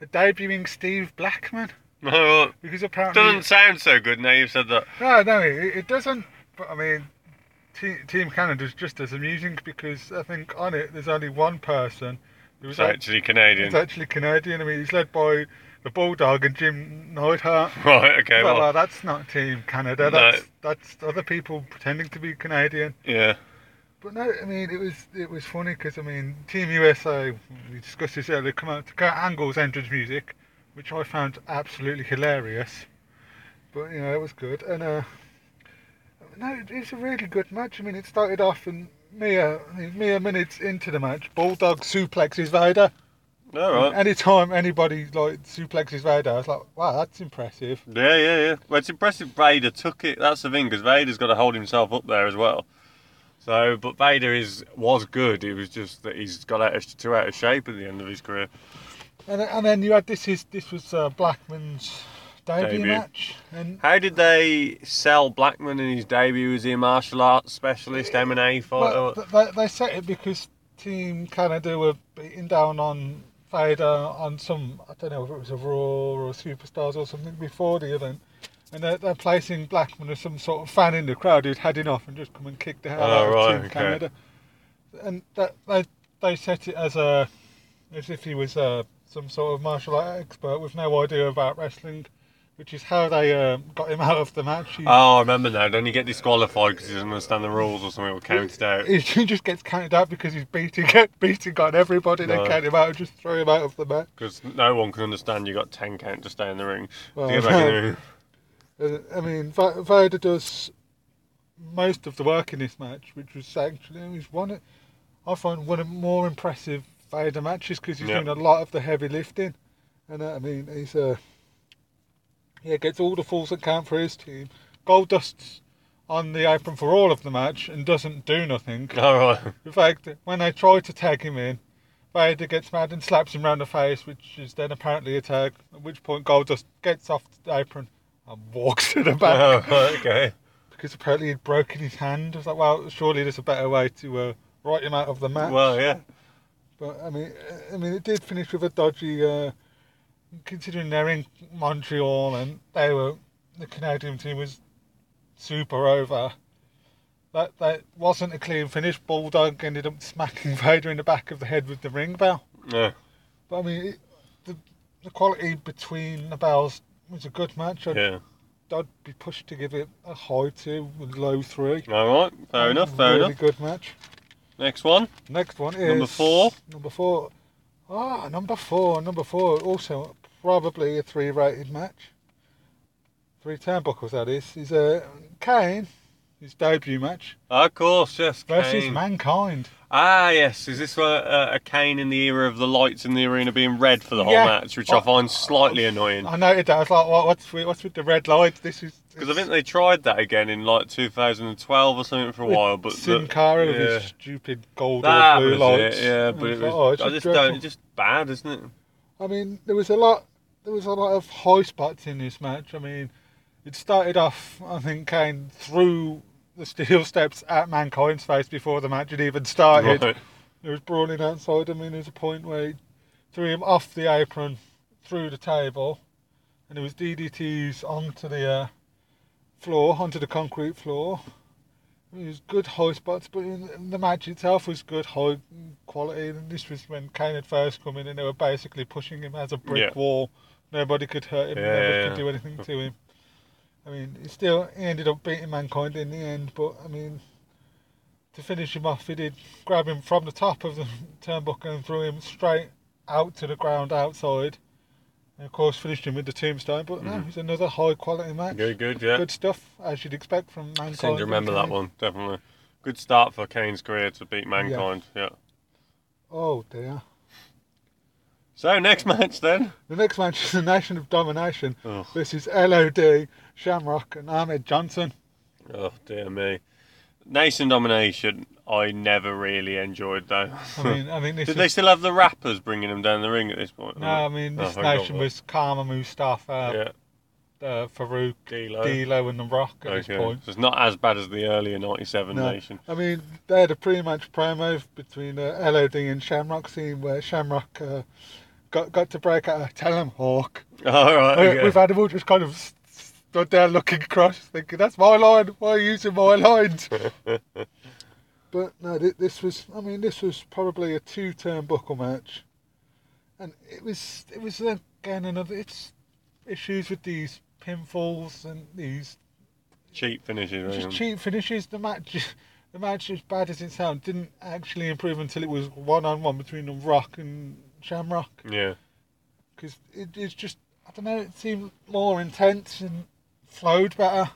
Speaker 9: a debuting Steve Blackman.
Speaker 2: Oh,
Speaker 9: Because apparently.
Speaker 2: Doesn't sound so good now you've said that.
Speaker 9: No, no, it, it doesn't. But, I mean, te- Team Canada's just as amusing because I think on it there's only one person who's
Speaker 2: It's actually Canadian.
Speaker 9: It's actually Canadian. I mean, he's led by the Bulldog and Jim Neidhart.
Speaker 2: Right, okay,
Speaker 9: Well,
Speaker 2: well, uh,
Speaker 9: that's not Team Canada.
Speaker 2: No.
Speaker 9: That's that's other people pretending to be Canadian.
Speaker 2: yeah.
Speaker 9: But no, I mean, it was it was funny because I mean, Team USA. We discussed this earlier. Come out to Kurt Angle's entrance music, which I found absolutely hilarious. But you know, it was good. And uh, no, it- it's a really good match. I mean, it started off and. Mere, I mean, mere minutes into the match, Bulldog suplexes Vader.
Speaker 2: All right.
Speaker 9: Anytime anybody like suplexes Vader, I was like, wow, that's impressive.
Speaker 2: Yeah, yeah, yeah. Well, it's impressive Vader took it. That's the thing, because Vader's got to hold himself up there as well. So, but Vader is was good. It was just that he's got out of, too out of shape at the end of his career.
Speaker 9: And, and then you had this is this was uh, Blackman's debut,
Speaker 2: Debut.
Speaker 9: match, and
Speaker 2: How did they sell Blackman in his debut? Was he a martial arts specialist, M&A fighter?
Speaker 9: well, th- they, they set it because Team Canada were beating down on Vader on some I don't know if it was a Raw or Superstars or something before the event, and they're, they're placing Blackman as some sort of fan in the crowd who'd had enough and just come and kick the hell
Speaker 2: Oh,
Speaker 9: out of
Speaker 2: right,
Speaker 9: Team
Speaker 2: okay.
Speaker 9: Canada, and that, they they set it as a as if he was uh, some sort of martial art expert with no idea about wrestling, which is how they uh, got him out of the match. He,
Speaker 2: Oh, I remember now. Don't you get disqualified because he doesn't understand the rules or something? Or counted out.
Speaker 9: he just gets counted out because he's beating beating on everybody.
Speaker 2: No.
Speaker 9: They count him out and just throw him out of the match.
Speaker 2: Because no one can understand you got 10 count to stay in the ring.
Speaker 9: Well,
Speaker 2: to get back in the
Speaker 9: no.
Speaker 2: ring.
Speaker 9: Uh, I mean, Va- Vader does most of the work in this match, which was actually he's one. Of, I find one of the more impressive Vader matches because he's
Speaker 2: Yeah.
Speaker 9: doing a lot of the heavy lifting, and uh, I mean he's uh, yeah gets all the falls that count for his team. Goldust's on the apron for all of the match and doesn't do nothing.
Speaker 2: All right.
Speaker 9: In fact, when they try to tag him in, Vader gets mad and slaps him round the face, which is then apparently a tag. At which point, Goldust gets off the apron and walks to the back
Speaker 2: Oh, right, okay.
Speaker 9: because apparently he'd broken his hand. I was like, well, surely there's a better way to uh, write him out of the match.
Speaker 2: Well, yeah.
Speaker 9: But I mean, I mean, it did finish with a dodgy. Uh, considering they're in Montreal and they were the Canadian team was super over. That that wasn't a clean finish. Bulldog ended up smacking Vader in the back of the head with the ring bell.
Speaker 2: Yeah.
Speaker 9: But I mean, it, the the quality between the bells was a good match. I'd,
Speaker 2: Yeah.
Speaker 9: I'd be pushed to give it a high two, with low three.
Speaker 2: All right. Fair enough. Fair
Speaker 9: really
Speaker 2: enough.
Speaker 9: good match.
Speaker 2: Next one.
Speaker 9: Next one is
Speaker 2: Number four.
Speaker 9: Number four. Ah, number four. Number four. Also, probably a three-rated match. Three turnbuckles. That is. Is a uh, Kane. His debut match
Speaker 2: Of course, yes.
Speaker 9: versus
Speaker 2: Kane.
Speaker 9: Mankind.
Speaker 2: Ah, yes. Is this a, a, a Kane in the era of the lights in the arena being red for the whole
Speaker 9: Yeah.
Speaker 2: match, which I find slightly annoying?
Speaker 9: I noted that. I was like, what, what's with, what's with the red lights? This is
Speaker 2: Because I think they tried that again in like 2012 or something for a while, but
Speaker 9: Sin
Speaker 2: the-
Speaker 9: Cara with
Speaker 2: yeah.
Speaker 9: his stupid gold
Speaker 2: that
Speaker 9: or blue
Speaker 2: was
Speaker 9: lights.
Speaker 2: it, yeah.
Speaker 9: And I
Speaker 2: But it
Speaker 9: like,
Speaker 2: was,
Speaker 9: oh, it's
Speaker 2: I
Speaker 9: just
Speaker 2: just
Speaker 9: dreadful.
Speaker 2: don't. It's just bad, isn't it?
Speaker 9: I mean, there was a lot. There was a lot of high spots in this match. I mean, it started off. I think Kane threw the steel steps at Mankind's face before the match had even started.
Speaker 2: Right.
Speaker 9: There was brawling outside. I mean, there's a point where he threw him off the apron, through the table, and it was DDTs onto the uh, floor, onto the concrete floor. I mean, It was good high spots, but in- the match itself was good high quality. And this was when Kane had first come in, and they were basically pushing him as a brick
Speaker 2: Yeah.
Speaker 9: wall. Nobody could hurt him.
Speaker 2: Yeah,
Speaker 9: nobody
Speaker 2: yeah,
Speaker 9: could
Speaker 2: yeah.
Speaker 9: do anything to him. I mean, he still he ended up beating mankind in the end, but I mean, to finish him off, he did grab him from the top of the turnbuckle and threw him straight out to the ground outside. And of course, finished him with the tombstone. But no, it's another high quality match.
Speaker 2: Mm-hmm. Good, good, yeah.
Speaker 9: Good stuff, as you'd expect from mankind.
Speaker 2: I seem to remember that one
Speaker 9: Mankind.
Speaker 2: definitely. Good start for Kane's career to beat Mankind. Yeah.
Speaker 9: Oh dear.
Speaker 2: So next match then.
Speaker 9: The next match is the Nation of Domination
Speaker 2: Ugh.
Speaker 9: versus LOD, Shamrock, and Ahmed Johnson.
Speaker 2: Oh dear me. Nation domination. I never really enjoyed though.
Speaker 9: I mean, I think this
Speaker 2: Did
Speaker 9: is
Speaker 2: they still have the rappers bringing them down the ring at this point?
Speaker 9: no, I mean
Speaker 2: Oh,
Speaker 9: this
Speaker 2: I forgot
Speaker 9: nation
Speaker 2: that.
Speaker 9: was Karma Mustafa,
Speaker 2: Yeah.
Speaker 9: uh, Farouk,
Speaker 2: D-Lo.
Speaker 9: D'Lo, and The Rock at this
Speaker 2: Okay. So
Speaker 9: point.
Speaker 2: it's not as bad as the earlier '97
Speaker 9: No.
Speaker 2: Nation.
Speaker 9: I mean, they had a pre-match promo between uh, LOD and Shamrock, scene where Shamrock uh, got got to break out a tell 'em Hawk.
Speaker 2: All right.
Speaker 9: We-
Speaker 2: okay.
Speaker 9: We've had them all just kind of s- stood there looking across, thinking, that's my line, why are you using my lines? but no, thi- this was, I mean, this was probably a two turn buckle match. And it was, it was again another, it's issues with these pinfalls and these
Speaker 2: cheap finishes.
Speaker 9: just
Speaker 2: right?
Speaker 9: cheap finishes. The match, the match, as bad as it sounds, didn't actually improve until it was one on one between The Rock and Shamrock
Speaker 2: Yeah.
Speaker 9: because it, it's just I don't know. It seemed more intense and flowed better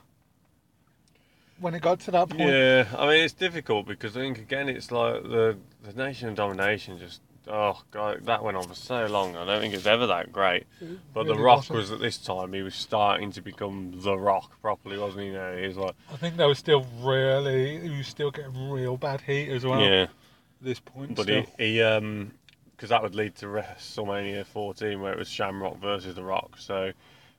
Speaker 9: when it got to that point.
Speaker 2: Yeah, I mean it's difficult because I think again it's like the the nation of domination just oh god that went on for so long. I don't think it's ever that great. But the
Speaker 9: Mm-hmm. really
Speaker 2: Rock
Speaker 9: wasn't.
Speaker 2: was at this time he was starting to become the Rock properly, wasn't he? Now he was like
Speaker 9: I think they were still really, he was still getting real bad heat as well.
Speaker 2: yeah,
Speaker 9: at this point.
Speaker 2: but
Speaker 9: still.
Speaker 2: he, he um because that would lead to WrestleMania 14 where it was Shamrock versus the Rock. So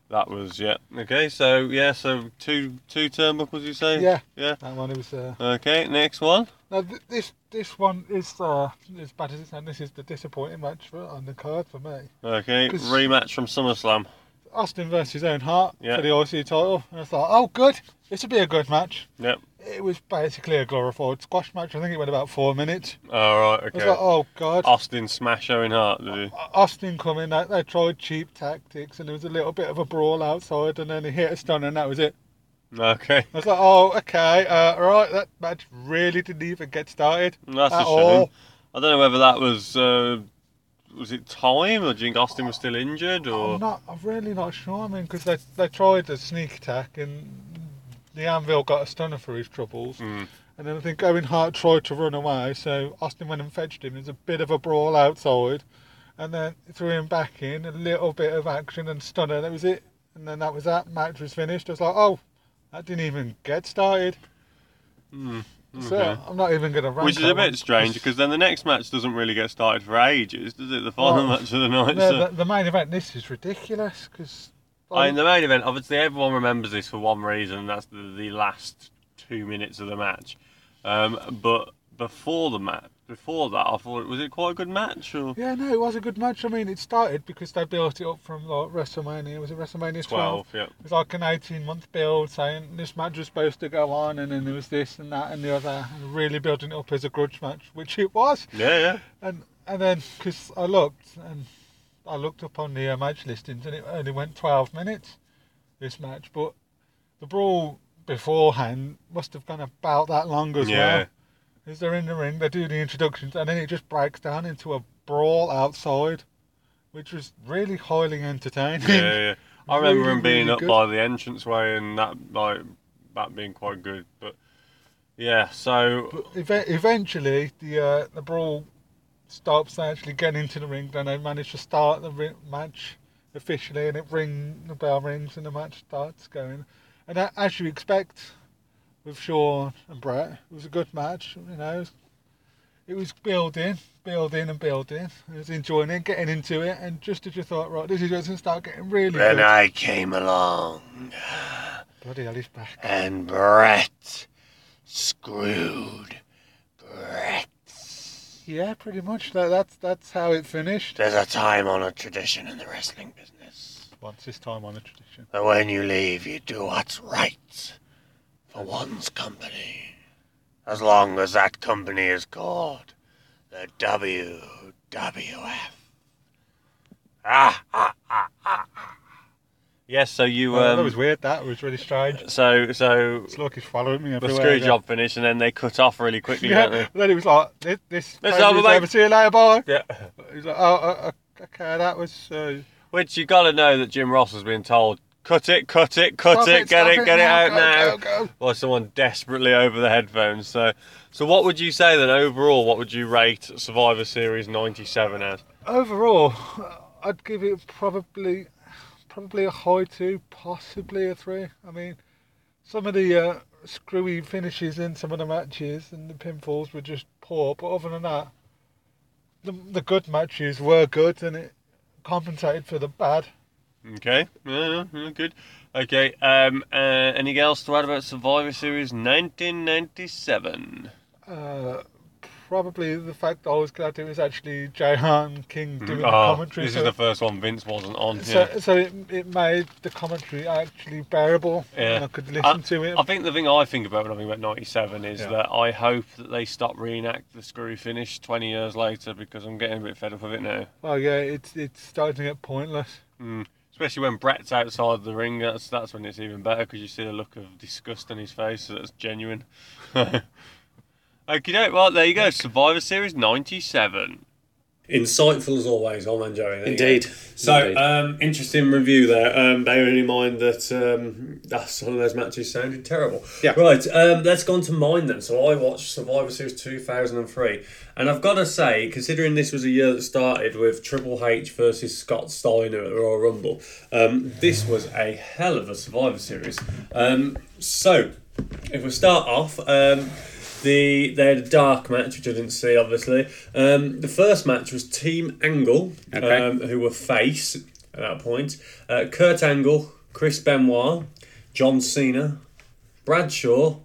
Speaker 2: that was yeah okay. So yeah, so two two turnbuckles you say
Speaker 9: Yeah.
Speaker 2: yeah.
Speaker 9: that one was. Uh,
Speaker 2: Okay, next one.
Speaker 9: now th- this this one is uh, as bad as it sounds. This is the disappointing match for, on the card for me.
Speaker 2: Okay,
Speaker 9: 'Cause-
Speaker 2: rematch from SummerSlam.
Speaker 9: Austin versus Earnhardt
Speaker 2: Yeah.
Speaker 9: for the IC title, and I thought, oh, good, this would be a good match.
Speaker 2: Yep.
Speaker 9: It was basically a glorified squash match. I think it went about four minutes.
Speaker 2: All right.
Speaker 9: I was
Speaker 2: Okay.
Speaker 9: like, oh god,
Speaker 2: Austin smash Owen Hart. Did he?
Speaker 9: Austin coming. They, they tried cheap tactics, and there was a little bit of a brawl outside, and then he hit a stunner, and that was it.
Speaker 2: Okay.
Speaker 9: I was like, oh, okay, uh, right, that match really didn't even get started
Speaker 2: That's
Speaker 9: at
Speaker 2: a shame.
Speaker 9: all.
Speaker 2: I don't know whether that was uh, was it time or do you think Austin was still injured or
Speaker 9: I'm not. I'm really not sure. I mean, because they they tried a sneak attack and the anvil got a stunner for his troubles.
Speaker 2: Hmm.
Speaker 9: And then I think Owen Hart tried to run away, so Austin went and fetched him. There's a bit of a brawl outside, and then threw him back in. A little bit of action and stunner. That was it. And then that was that match was finished. I was like, oh, that didn't even get started. So
Speaker 2: Hmm. okay.
Speaker 9: I'm not even gonna rank.
Speaker 2: which is
Speaker 9: that
Speaker 2: a
Speaker 9: one.
Speaker 2: bit strange because then the next match doesn't really get started for ages, does it? The final
Speaker 9: Well,
Speaker 2: match of the night. so-
Speaker 9: No, the, the main event. This is ridiculous because.
Speaker 2: I mean, the main event, obviously, everyone remembers this for one reason, and that's the, the last two minutes of the match. Um, but before the match, before that, I thought, was it quite a good match? Or?
Speaker 9: Yeah, no, it was a good match. I mean, it started because they built it up from like WrestleMania. Was it WrestleMania 12?
Speaker 2: 12, yeah.
Speaker 9: It was like an 18 month build saying this match was supposed to go on, and then there was this and that and the other. And really building it up as a grudge match, which it was.
Speaker 2: Yeah, yeah.
Speaker 9: And and then, because I looked and I looked up on the uh, match listings and it only went 12 minutes, this match. But the brawl beforehand must have gone about that long as
Speaker 2: Yeah.
Speaker 9: well. Is they're in the ring, they do the introductions, and then it just breaks down into a brawl outside, which was really highly entertaining.
Speaker 2: Yeah, yeah. I remember
Speaker 9: Really,
Speaker 2: him being
Speaker 9: really
Speaker 2: up
Speaker 9: good.
Speaker 2: by the entranceway and that, like, that being quite good. But yeah, so
Speaker 9: But eve- eventually, the uh, the brawl stops. They actually get into the ring, and they manage to start the ri- match officially, and it ring the bell rings, and the match starts going. And a- as you expect, with Sean and Brett, it was a good match. You know, it was building, building, and building. I was enjoying it, getting into it, and just as you thought, right, this is going to start getting really
Speaker 2: then
Speaker 9: good.
Speaker 2: I came along
Speaker 9: Bloody hell, he's back.
Speaker 2: and Brett screwed Brett.
Speaker 9: Yeah, pretty much. That, that's that's how it finished.
Speaker 2: There's a time honoured tradition in the wrestling business.
Speaker 9: Once this time on the tradition.
Speaker 2: But when you leave, you do what's right for one's company. As long as that company is called the WWF. Ah, ah, ah, ah, ah. Yes, so you.
Speaker 9: Oh,
Speaker 2: Um,
Speaker 9: that was weird. That was really strange.
Speaker 2: so, so
Speaker 9: It's like he's following me
Speaker 2: the
Speaker 9: everywhere.
Speaker 2: screw
Speaker 9: yeah.
Speaker 2: job finished, and then they cut off really quickly,
Speaker 9: Yeah.
Speaker 2: don't they?
Speaker 9: Then he was like, "This, this
Speaker 2: Let's
Speaker 9: Let's
Speaker 2: have a
Speaker 9: over,
Speaker 2: break.
Speaker 9: See you later, bye."
Speaker 2: Yeah.
Speaker 9: He was like, "Oh, uh, uh, okay, that was." Uh,
Speaker 2: Which you got to know that Jim Ross has been told, cut it, cut it, cut
Speaker 9: Stop
Speaker 2: it,
Speaker 9: it,
Speaker 2: get
Speaker 9: stop
Speaker 2: it,
Speaker 9: it
Speaker 2: get it
Speaker 9: now,
Speaker 2: out
Speaker 9: go,
Speaker 2: now.
Speaker 9: go, go.
Speaker 2: By someone desperately over the headphones. So, so what would you say then overall? What would you rate Survivor Series '97 as?
Speaker 9: overall, I'd give it probably, probably a high two, possibly a three. I mean, some of the uh, screwy finishes in some of the matches and the pinfalls were just poor. But other than that, the the good matches were good, and it compensated for the bad.
Speaker 2: Okay, yeah, yeah, yeah, good. Okay, um, uh, anything else to add about Survivor Series 1997?
Speaker 9: Uh, probably the fact that I was glad it was actually Jahan King doing the
Speaker 2: Ah,
Speaker 9: commentary.
Speaker 2: this
Speaker 9: so,
Speaker 2: is the first one Vince wasn't on. yeah.
Speaker 9: so, so it, it made the commentary actually bearable
Speaker 2: Yeah.
Speaker 9: and I could listen to it.
Speaker 2: I think the thing I think about when I think about '97 is
Speaker 9: Yeah.
Speaker 2: that I hope that they stop reenact the screw finish 20 years later because I'm getting a bit fed up of it now.
Speaker 9: well, yeah, it's it's starting to get pointless.
Speaker 2: Especially when Brett's outside the ring, that's that's when it's even better because you see the look of disgust on his face. So that's genuine. okay, well there you go, Survivor Series '97. Insightful as always, I'm enjoying it.
Speaker 3: Indeed.
Speaker 2: uh,
Speaker 10: So,
Speaker 3: Indeed.
Speaker 10: um, interesting review there. Um, bearing in mind that um, that's one of those matches sounded terrible.
Speaker 3: Yeah.
Speaker 10: Right, um, let's go on to mine then. So, I watched Survivor Series 2003, and I've got to say, considering this was a year that started with Triple H versus Scott Steiner at the Royal Rumble, um, this was a hell of a Survivor Series. Um, so, if we start off, um, the they had a dark match, which I didn't see, obviously. Um, the first match was Team Angle,
Speaker 3: Okay.
Speaker 10: um, who were face at that point. Uh, Kurt Angle, Chris Benoit, John Cena, Bradshaw,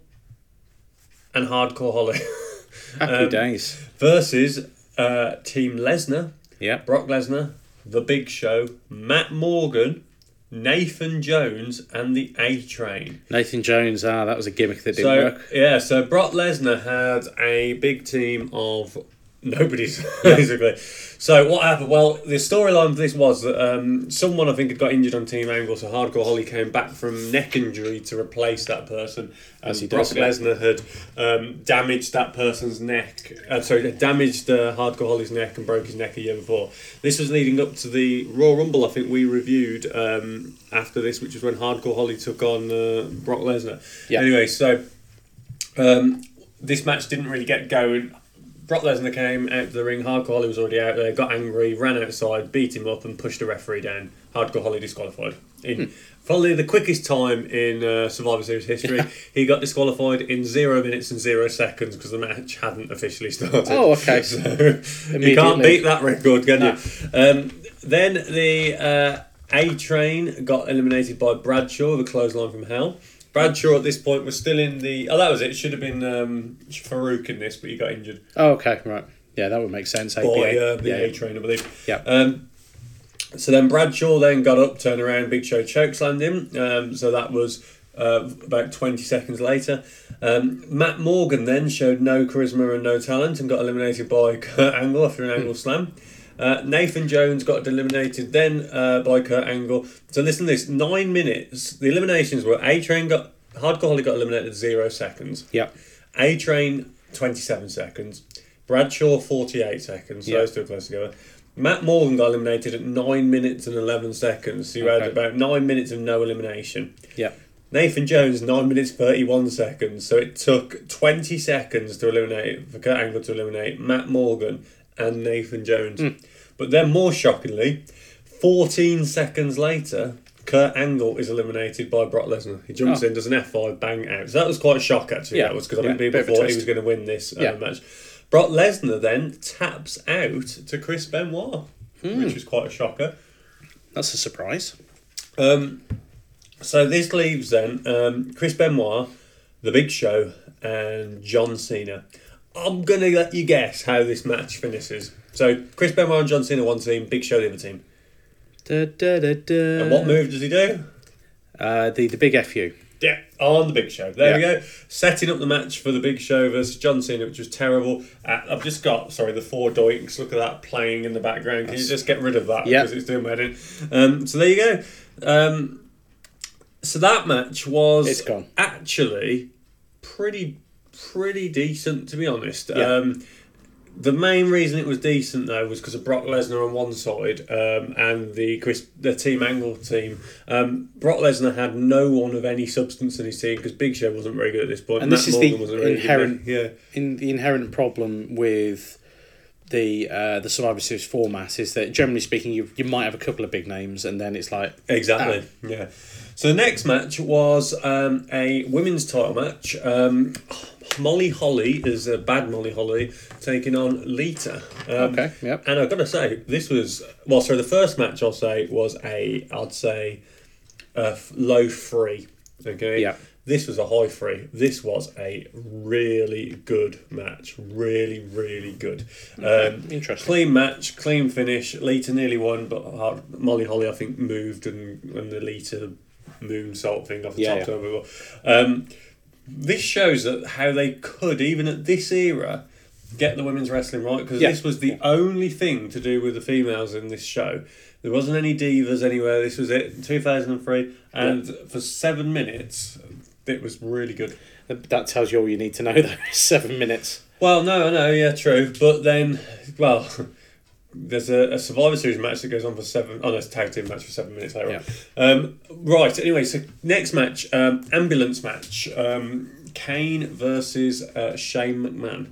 Speaker 10: and Hardcore Holly
Speaker 3: Happy
Speaker 2: um,
Speaker 3: days.
Speaker 10: versus uh, Team Lesnar,
Speaker 3: Yeah.
Speaker 10: Brock Lesnar, The Big Show, Matt Morgan,
Speaker 9: Nathan Jones and the A Train.
Speaker 3: Nathan Jones, ah, that was a gimmick that didn't
Speaker 9: So
Speaker 3: work.
Speaker 9: yeah, so Brock Lesnar had a big team of nobodies basically. So what happened? Well, the storyline for this was that um, someone I think had got injured on Team Angle, so Hardcore Holly came back from neck injury to replace that person, and
Speaker 3: he
Speaker 9: Brock
Speaker 3: does, yeah.
Speaker 9: Lesnar had um, damaged that person's neck. Uh, sorry, damaged uh, Hardcore Holly's neck and broke his neck a year before. This was leading up to the Raw Rumble. I think we reviewed um, after this, which was when Hardcore Holly took on uh, Brock Lesnar.
Speaker 3: Yeah.
Speaker 9: Anyway, so. Um, this match didn't really get going. Brock Lesnar came out to the ring. Hardcore Holly was already out there, got angry, ran outside, beat him up, and pushed the referee down. Hardcore Holly disqualified. In
Speaker 3: Hmm.
Speaker 9: probably the quickest time in uh, Survivor Series history, he got disqualified in zero minutes and zero seconds because the match hadn't officially started.
Speaker 3: Oh, okay.
Speaker 9: So you can't
Speaker 3: Immediately.
Speaker 9: beat that record, can you? Um, then the uh, A Train got eliminated by Bradshaw, the clothesline from hell. Bradshaw at this point was still in the. Oh, that was it. It should have been um, Farouk in this, but he got injured
Speaker 3: Oh, okay, right. Yeah, that would make sense. APA.
Speaker 9: by uh, the
Speaker 3: Oh, yeah,
Speaker 9: A Train, I believe.
Speaker 3: Yeah.
Speaker 9: Um, so then Bradshaw then got up, turned around, Big Show chokeslammed him. Um, so that was uh, about 20 seconds later. Um, Matt Morgan then showed no charisma and no talent and got eliminated by Kurt Angle after an angle slam. Uh, Nathan Jones got eliminated then uh, by Kurt Angle. So listen to this: nine minutes. The eliminations were A Train got Hardcore Holly got eliminated zero seconds.
Speaker 3: yeah.
Speaker 9: A Train, 27 seconds. Bradshaw, 48 seconds. So
Speaker 3: Yeah.
Speaker 9: those two are close together. Matt Morgan got eliminated at 9 minutes and 11 seconds. So you had
Speaker 3: Okay.
Speaker 9: about 9 minutes of no elimination.
Speaker 3: Yeah.
Speaker 9: Nathan Jones, 9 minutes 31 seconds. So it took 20 seconds to eliminate, for Kurt Angle to eliminate Matt Morgan and Nathan
Speaker 3: Hmm.
Speaker 9: Jones. But then, more shockingly, 14 seconds later, Kurt Angle is eliminated by Brock Lesnar. He jumps
Speaker 3: Oh.
Speaker 9: in, does an F5, bang out. So that was quite a shock, actually.
Speaker 3: Yeah.
Speaker 9: That was because I
Speaker 3: Yeah,
Speaker 9: think people
Speaker 3: bit of a
Speaker 9: thought he
Speaker 3: twist.
Speaker 9: was going to win this uh,
Speaker 3: Yeah.
Speaker 9: match. Brock Lesnar then taps out to Chris Benoit,
Speaker 3: Hmm.
Speaker 9: which was quite a shocker.
Speaker 3: That's a surprise.
Speaker 9: Um, so this leaves then um, Chris Benoit, The Big Show, and John Cena. I'm gonna let you guess how this match finishes. So Chris Benoit and John Cena one team, Big Show the other team.
Speaker 3: Da, da, da, da.
Speaker 9: And what move does he do?
Speaker 3: Uh, the the big fu.
Speaker 9: Yeah, on the Big Show. There
Speaker 3: Yeah.
Speaker 9: we go. Setting up the match for the Big Show versus John Cena, which was terrible. Uh, I've just got sorry the four doinks. Look at that playing in the background. Can you just get rid of that
Speaker 3: Yeah.
Speaker 9: because it's doing my head in. Um, so there you go. Um, so that match was
Speaker 3: It's gone.
Speaker 9: actually pretty pretty decent to be honest.
Speaker 3: Yeah.
Speaker 9: Um, the main reason it was decent though was because of Brock Lesnar on one side um, and the Chris the Team Angle team. Um, Brock Lesnar had no one of any substance in his team because Big Show wasn't very good at this point.
Speaker 3: And this
Speaker 9: Matt
Speaker 3: is
Speaker 9: Morgan
Speaker 3: the
Speaker 9: wasn't very good,
Speaker 3: inherent
Speaker 9: yeah.
Speaker 3: in the inherent problem with the uh, the Survivor Series format is that generally speaking, you you might have a couple of big names, and then it's like
Speaker 9: Exactly.
Speaker 3: Ah.
Speaker 9: Yeah. So the next match was um, a women's title match. Um, Molly Holly is a bad Molly Holly taking on Lita. Um,
Speaker 3: Okay, yep.
Speaker 9: And I've got to say, this was well. So the first match I'll say was a I'd say a f- low three. Okay.
Speaker 3: Yeah.
Speaker 9: This was a high three. This was a really good match. Really, really good. Um,
Speaker 3: Interesting.
Speaker 9: Clean match, clean finish. Lita nearly won, but uh, Molly Holly, I think, moved and, and the Lita moonsault thing off the
Speaker 3: Yeah,
Speaker 9: top.
Speaker 3: yeah.
Speaker 9: over. Um, this shows that how they could, even at this era, get the women's wrestling right because
Speaker 3: Yeah.
Speaker 9: this was the only thing to do with the females in this show. There wasn't any divas anywhere. This was it, 2003, and for seven minutes, it was really good.
Speaker 3: that tells you all you need to know. Though seven minutes.
Speaker 9: Well, no, no, yeah, true. But then, well, there's a, a Survivor Series match that goes on for seven. Oh, no, it's a tag team match for seven minutes later. on. Um, right. Anyway, so next match, um, ambulance match, um, Kane versus uh, Shane McMahon.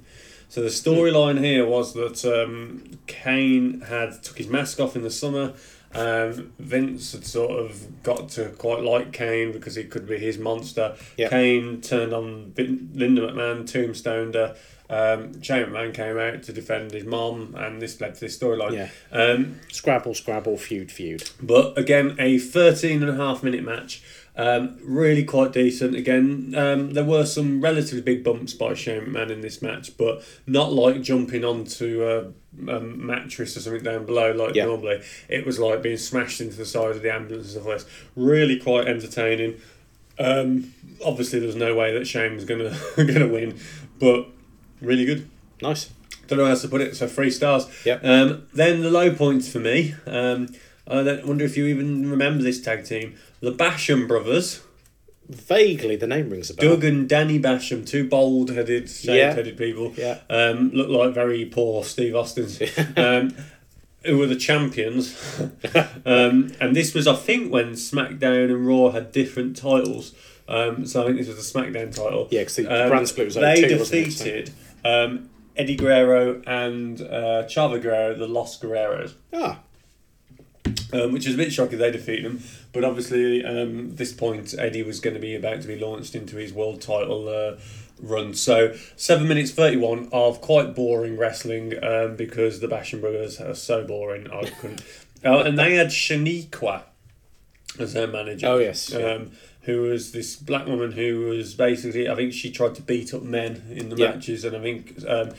Speaker 9: So the storyline here was that um, Kane had took his mask off in the summer. Um, Vince had sort of got to quite like Kane because he could be his monster.
Speaker 3: Yeah.
Speaker 9: Kane turned on Vin- Linda McMahon, tombstoned her, Um, Shane McMahon came out to defend his mom, and this led to this storyline.
Speaker 3: Yeah.
Speaker 9: Um,
Speaker 3: Scrabble, scrabble, feud, feud.
Speaker 9: but again, a 13 and a half minute match. Um, really quite decent. Again, um, there were some relatively big bumps by Shane McMahon in this match, but not like jumping onto a, a mattress or something down below like
Speaker 3: Yeah.
Speaker 9: normally. It was like being smashed into the side of the ambulance and stuff like this. Really quite entertaining. Um, obviously, there's no way that Shane was gonna gonna win, but really good
Speaker 3: Nice.
Speaker 9: don't know how else to put it. So three stars.
Speaker 3: Yep.
Speaker 9: Um, then the low points for me. Um, I don't wonder if you even remember this tag team, the Basham brothers,
Speaker 3: Vaguely, the name rings a bell.
Speaker 9: Doug and Danny Basham, two bold-headed, shaved-headed people.
Speaker 3: Yeah.
Speaker 9: Um, look like very poor Steve Austin's. um, who were the champions? um, and this was, I think, when SmackDown and Raw had different titles. Um, so I think this was the SmackDown title.
Speaker 3: Yeah, 'cause the
Speaker 9: um,
Speaker 3: brand split was over
Speaker 9: They
Speaker 3: two, wasn't it?
Speaker 9: defeated um, Eddie Guerrero and uh, Chava Guerrero, the Lost Guerreros
Speaker 3: Ah,
Speaker 9: um, which is a bit shocking they defeated him. But obviously, um, this point, Eddie was going to be about to be launched into his world title uh, run. So, 7 minutes 31 of quite boring wrestling um, because the Basham Brothers are so boring. I couldn't. Oh, and they had Shaniqua as their manager.
Speaker 3: Oh, yes, yeah.
Speaker 9: Um, who was this black woman who was basically, I think she tried to beat up men in the
Speaker 3: Yeah.
Speaker 9: matches, and I think. Um,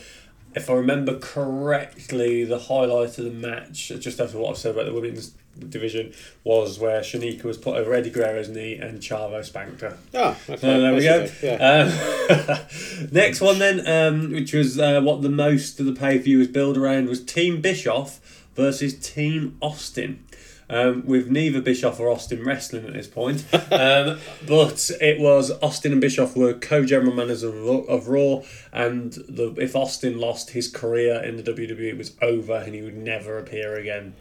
Speaker 9: if I remember correctly, the highlight of the match, just after what I've said about the women's division, was where Shanika was put over Eddie Guerrero's knee and Chavo spanked her.
Speaker 3: ah. Okay.
Speaker 9: So there we go.
Speaker 3: Yes, you do. Yeah.
Speaker 9: Um, next one then, um, which was uh, what the most of the pay per view was built around, was Team Bischoff versus Team Austin. Um, with neither Bischoff or Austin wrestling at this point, um, but it was Austin and Bischoff were co-general managers of, Raw- of Raw, and the, if Austin lost, his career in the WWE was over, and he would never appear again.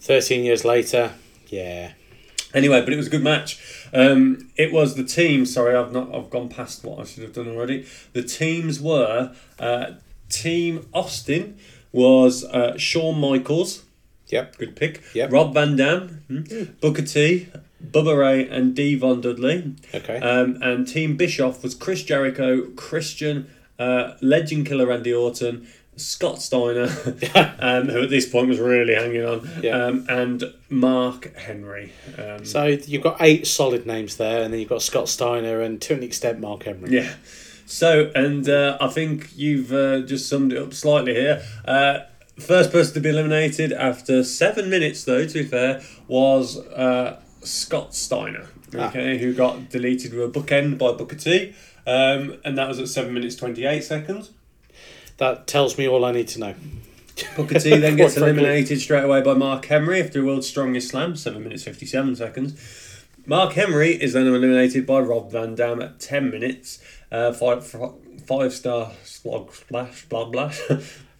Speaker 3: Thirteen years later. Yeah.
Speaker 9: Anyway, but it was a good match. Um, it was the team. Sorry, I've not. I've gone past what I should have done already. The teams were uh, Team Austin was uh, Shawn Michaels.
Speaker 3: Yep.
Speaker 9: Good pick.
Speaker 3: Yep.
Speaker 9: Rob Van Dam, hmm, Booker T, Bubba Ray, and Devon Dudley.
Speaker 3: Okay.
Speaker 9: Um, and Team Bischoff was Chris Jericho, Christian, uh, Legend Killer Randy Orton, Scott Steiner, um, who at this point was really hanging on,
Speaker 3: Yeah.
Speaker 9: um, and Mark Henry. Um,
Speaker 3: So you've got eight solid names there, and then you've got Scott Steiner and to an extent Mark Henry.
Speaker 9: Yeah. So, and uh, I think you've uh, just summed it up slightly here. Uh, first person to be eliminated after seven minutes, though, to be fair, was uh, Scott Steiner, okay, who got deleted with a bookend by Booker T. Um, and that was at 7 minutes 28 seconds.
Speaker 3: That tells me all I need to know.
Speaker 9: Booker T then gets
Speaker 3: Quite frankly.
Speaker 9: eliminated straight away by Mark Henry after the world's strongest slam, 7 minutes 57 seconds. Mark Henry is then eliminated by Rob Van Dam at 10 minutes. Uh, five, fi- five star slog splash, blah, blah.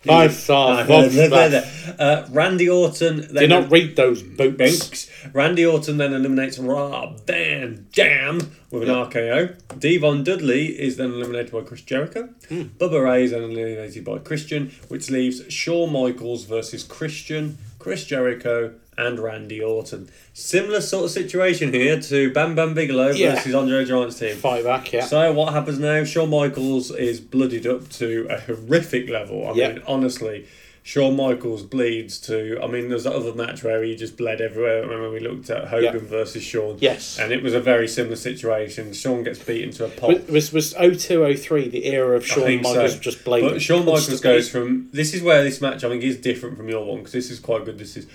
Speaker 3: Five star
Speaker 9: Uh,
Speaker 3: slog
Speaker 9: blah, blah,
Speaker 3: splash.
Speaker 9: blah. Uh, Randy Orton.
Speaker 3: Do
Speaker 9: Then
Speaker 3: not read those books.
Speaker 9: Binks. Randy Orton then eliminates Rob Van Dam with an RKO. Devon Dudley is then eliminated by Chris Jericho.
Speaker 3: Hmm.
Speaker 9: Bubba Ray is then eliminated by Christian, which leaves Shawn Michaels versus Christian, Chris Jericho, and Randy Orton. Similar sort of situation here to Bam Bam Bigelow
Speaker 3: Yeah.
Speaker 9: versus Andre Giant's team.
Speaker 3: Fight back, yeah.
Speaker 9: So what happens now? Shawn Michaels is blooded up to a horrific level. I
Speaker 3: Yeah.
Speaker 9: mean, honestly, Shawn Michaels bleeds to. I mean, there's that other match where he just bled everywhere. Remember we looked at Hogan
Speaker 3: Yeah.
Speaker 9: versus Shawn?
Speaker 3: Yes.
Speaker 9: And it was a very similar situation. Shawn gets beaten to a pulp.
Speaker 3: was was, was 0203 the era of
Speaker 9: I
Speaker 3: Shawn
Speaker 9: think so.
Speaker 3: Michaels just blading?
Speaker 9: But Shawn Michaels
Speaker 3: constantly?
Speaker 9: goes from this is where this match I think is different from your one because this is quite good. This is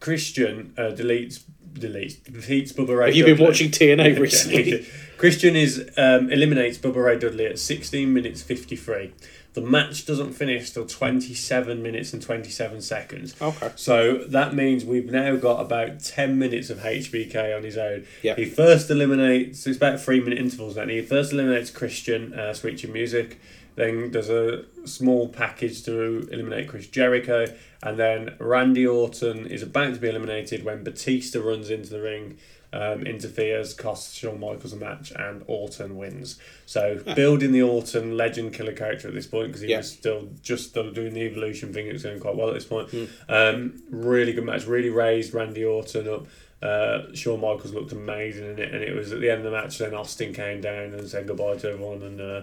Speaker 9: Christian uh, deletes deletes defeats Bubba Ray.
Speaker 3: Have you been
Speaker 9: Dudley.
Speaker 3: watching TNA recently?
Speaker 9: Christian is um, eliminates Bubba Ray Dudley at 16 minutes 53. The match doesn't finish till 27 minutes and 27 seconds.
Speaker 3: Okay.
Speaker 9: So that means we've now got about 10 minutes of HBK on his own.
Speaker 3: Yeah.
Speaker 9: He first eliminates, it's about three minute intervals now. He first eliminates Christian, uh, Sweet Chin Music. Then does a small package to eliminate Chris Jericho. And then Randy Orton is about to be eliminated when Batista runs into the ring, um, interferes, costs Shawn Michaels a match, and Orton wins. So building the Orton legend killer character at this point because he
Speaker 3: Yeah.
Speaker 9: was still just still doing the evolution thing. It was going quite well at this point.
Speaker 3: Hmm.
Speaker 9: Um, really good match. Really raised Randy Orton up. Uh, Shawn Michaels looked amazing in it, and it was at the end of the match. Then Austin came down and said goodbye to everyone, and uh,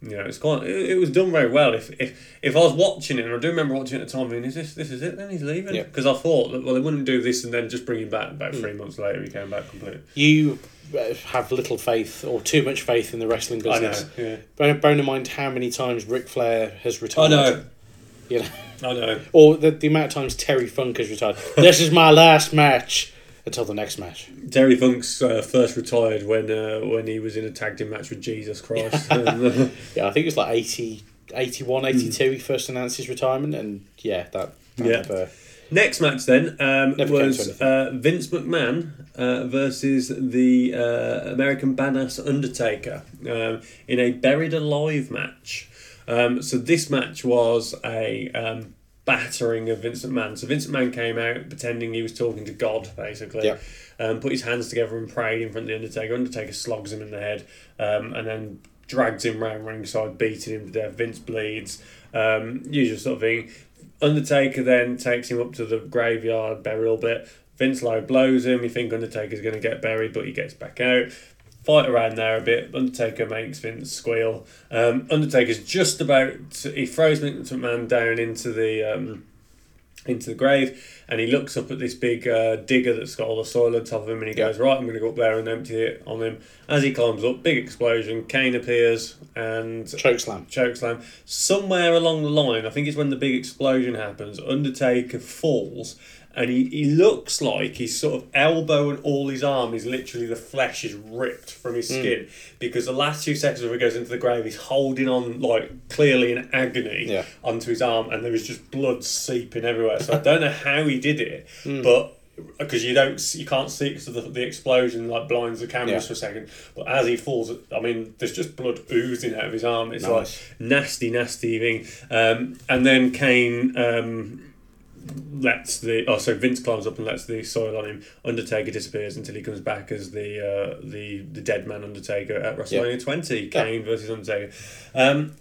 Speaker 9: You know, it's quite. It, it was done very well. If, if if I was watching it, and I do remember watching it at the time, thinking, "Is this this is it? Then he's leaving?"
Speaker 3: Yeah. Hmm.
Speaker 9: Because I thought, that, well, they wouldn't do this and then just bring him back. About three months later, he came back completely.
Speaker 3: You uh, have little faith or too much faith in the wrestling
Speaker 9: I know.
Speaker 3: business.
Speaker 9: Yeah.
Speaker 3: Bear, bear in mind how many times Ric Flair has
Speaker 9: I
Speaker 3: retired.
Speaker 9: know.
Speaker 3: You know,
Speaker 9: I know.
Speaker 3: or the, the amount of times Terry Funk has retired. this is my last match until the next match.
Speaker 9: Terry Funk's uh, first retired when uh, when he was in a tag team match with Jesus Christ. and, uh,
Speaker 3: Yeah, I think it was like 80, 81,
Speaker 9: Hmm.
Speaker 3: 82 he first announced his retirement, and yeah, that, that
Speaker 9: Yeah.
Speaker 3: never-
Speaker 9: Next match then
Speaker 3: Never
Speaker 9: um,
Speaker 3: came to
Speaker 9: was
Speaker 3: anything.
Speaker 9: uh, Vince McMahon uh, versus the uh, American Badass Undertaker um, in a buried alive match. Um, so this match was a um, battering of Vince McMahon. So Vince McMahon came out pretending he was talking to God, basically.
Speaker 3: Yeah.
Speaker 9: Um, put his hands together and prayed in front of the Undertaker. Undertaker slogs him in the head um, and then drags him round ringside, beating him to death. Vince bleeds, um, usual sort of thing. Undertaker then takes him up to the graveyard burial bit. Vince Lowe blows him. You think Undertaker's going to get buried, but he gets back out. Fight around there a bit. Undertaker makes Vince squeal. Um, Undertaker's just about. To, he throws McMahon down into the. Um, into the grave and he looks up at this big uh, digger that's got all the soil on top of him and he
Speaker 3: Yeah.
Speaker 9: goes right i'm going to go up there and empty it on him as he climbs up big explosion kane appears and
Speaker 3: choke slam.
Speaker 9: chokeslam. Somewhere along the line, I think it's when the big explosion happens, Undertaker falls and he, he looks like he's sort of elbow and all his arm is literally the flesh is ripped from his
Speaker 3: Hmm.
Speaker 9: skin because the last two seconds before he goes into the grave, he's holding on like clearly in agony
Speaker 3: Yeah.
Speaker 9: onto his arm and there is just blood seeping everywhere. So I don't know how he did it,
Speaker 3: Hmm.
Speaker 9: but because you don't s- you can't see because the, the explosion like blinds the cameras
Speaker 3: Yeah.
Speaker 9: for a second but as he falls i mean there's just blood oozing out of his arm it's
Speaker 3: Nice.
Speaker 9: like nasty nasty thing um, and then kane um, lets the oh so vince climbs up and lets the soil on him undertaker disappears until he comes back as the uh, the the dead man undertaker at wrestlemania 20
Speaker 3: Yeah.
Speaker 9: kane versus undertaker um,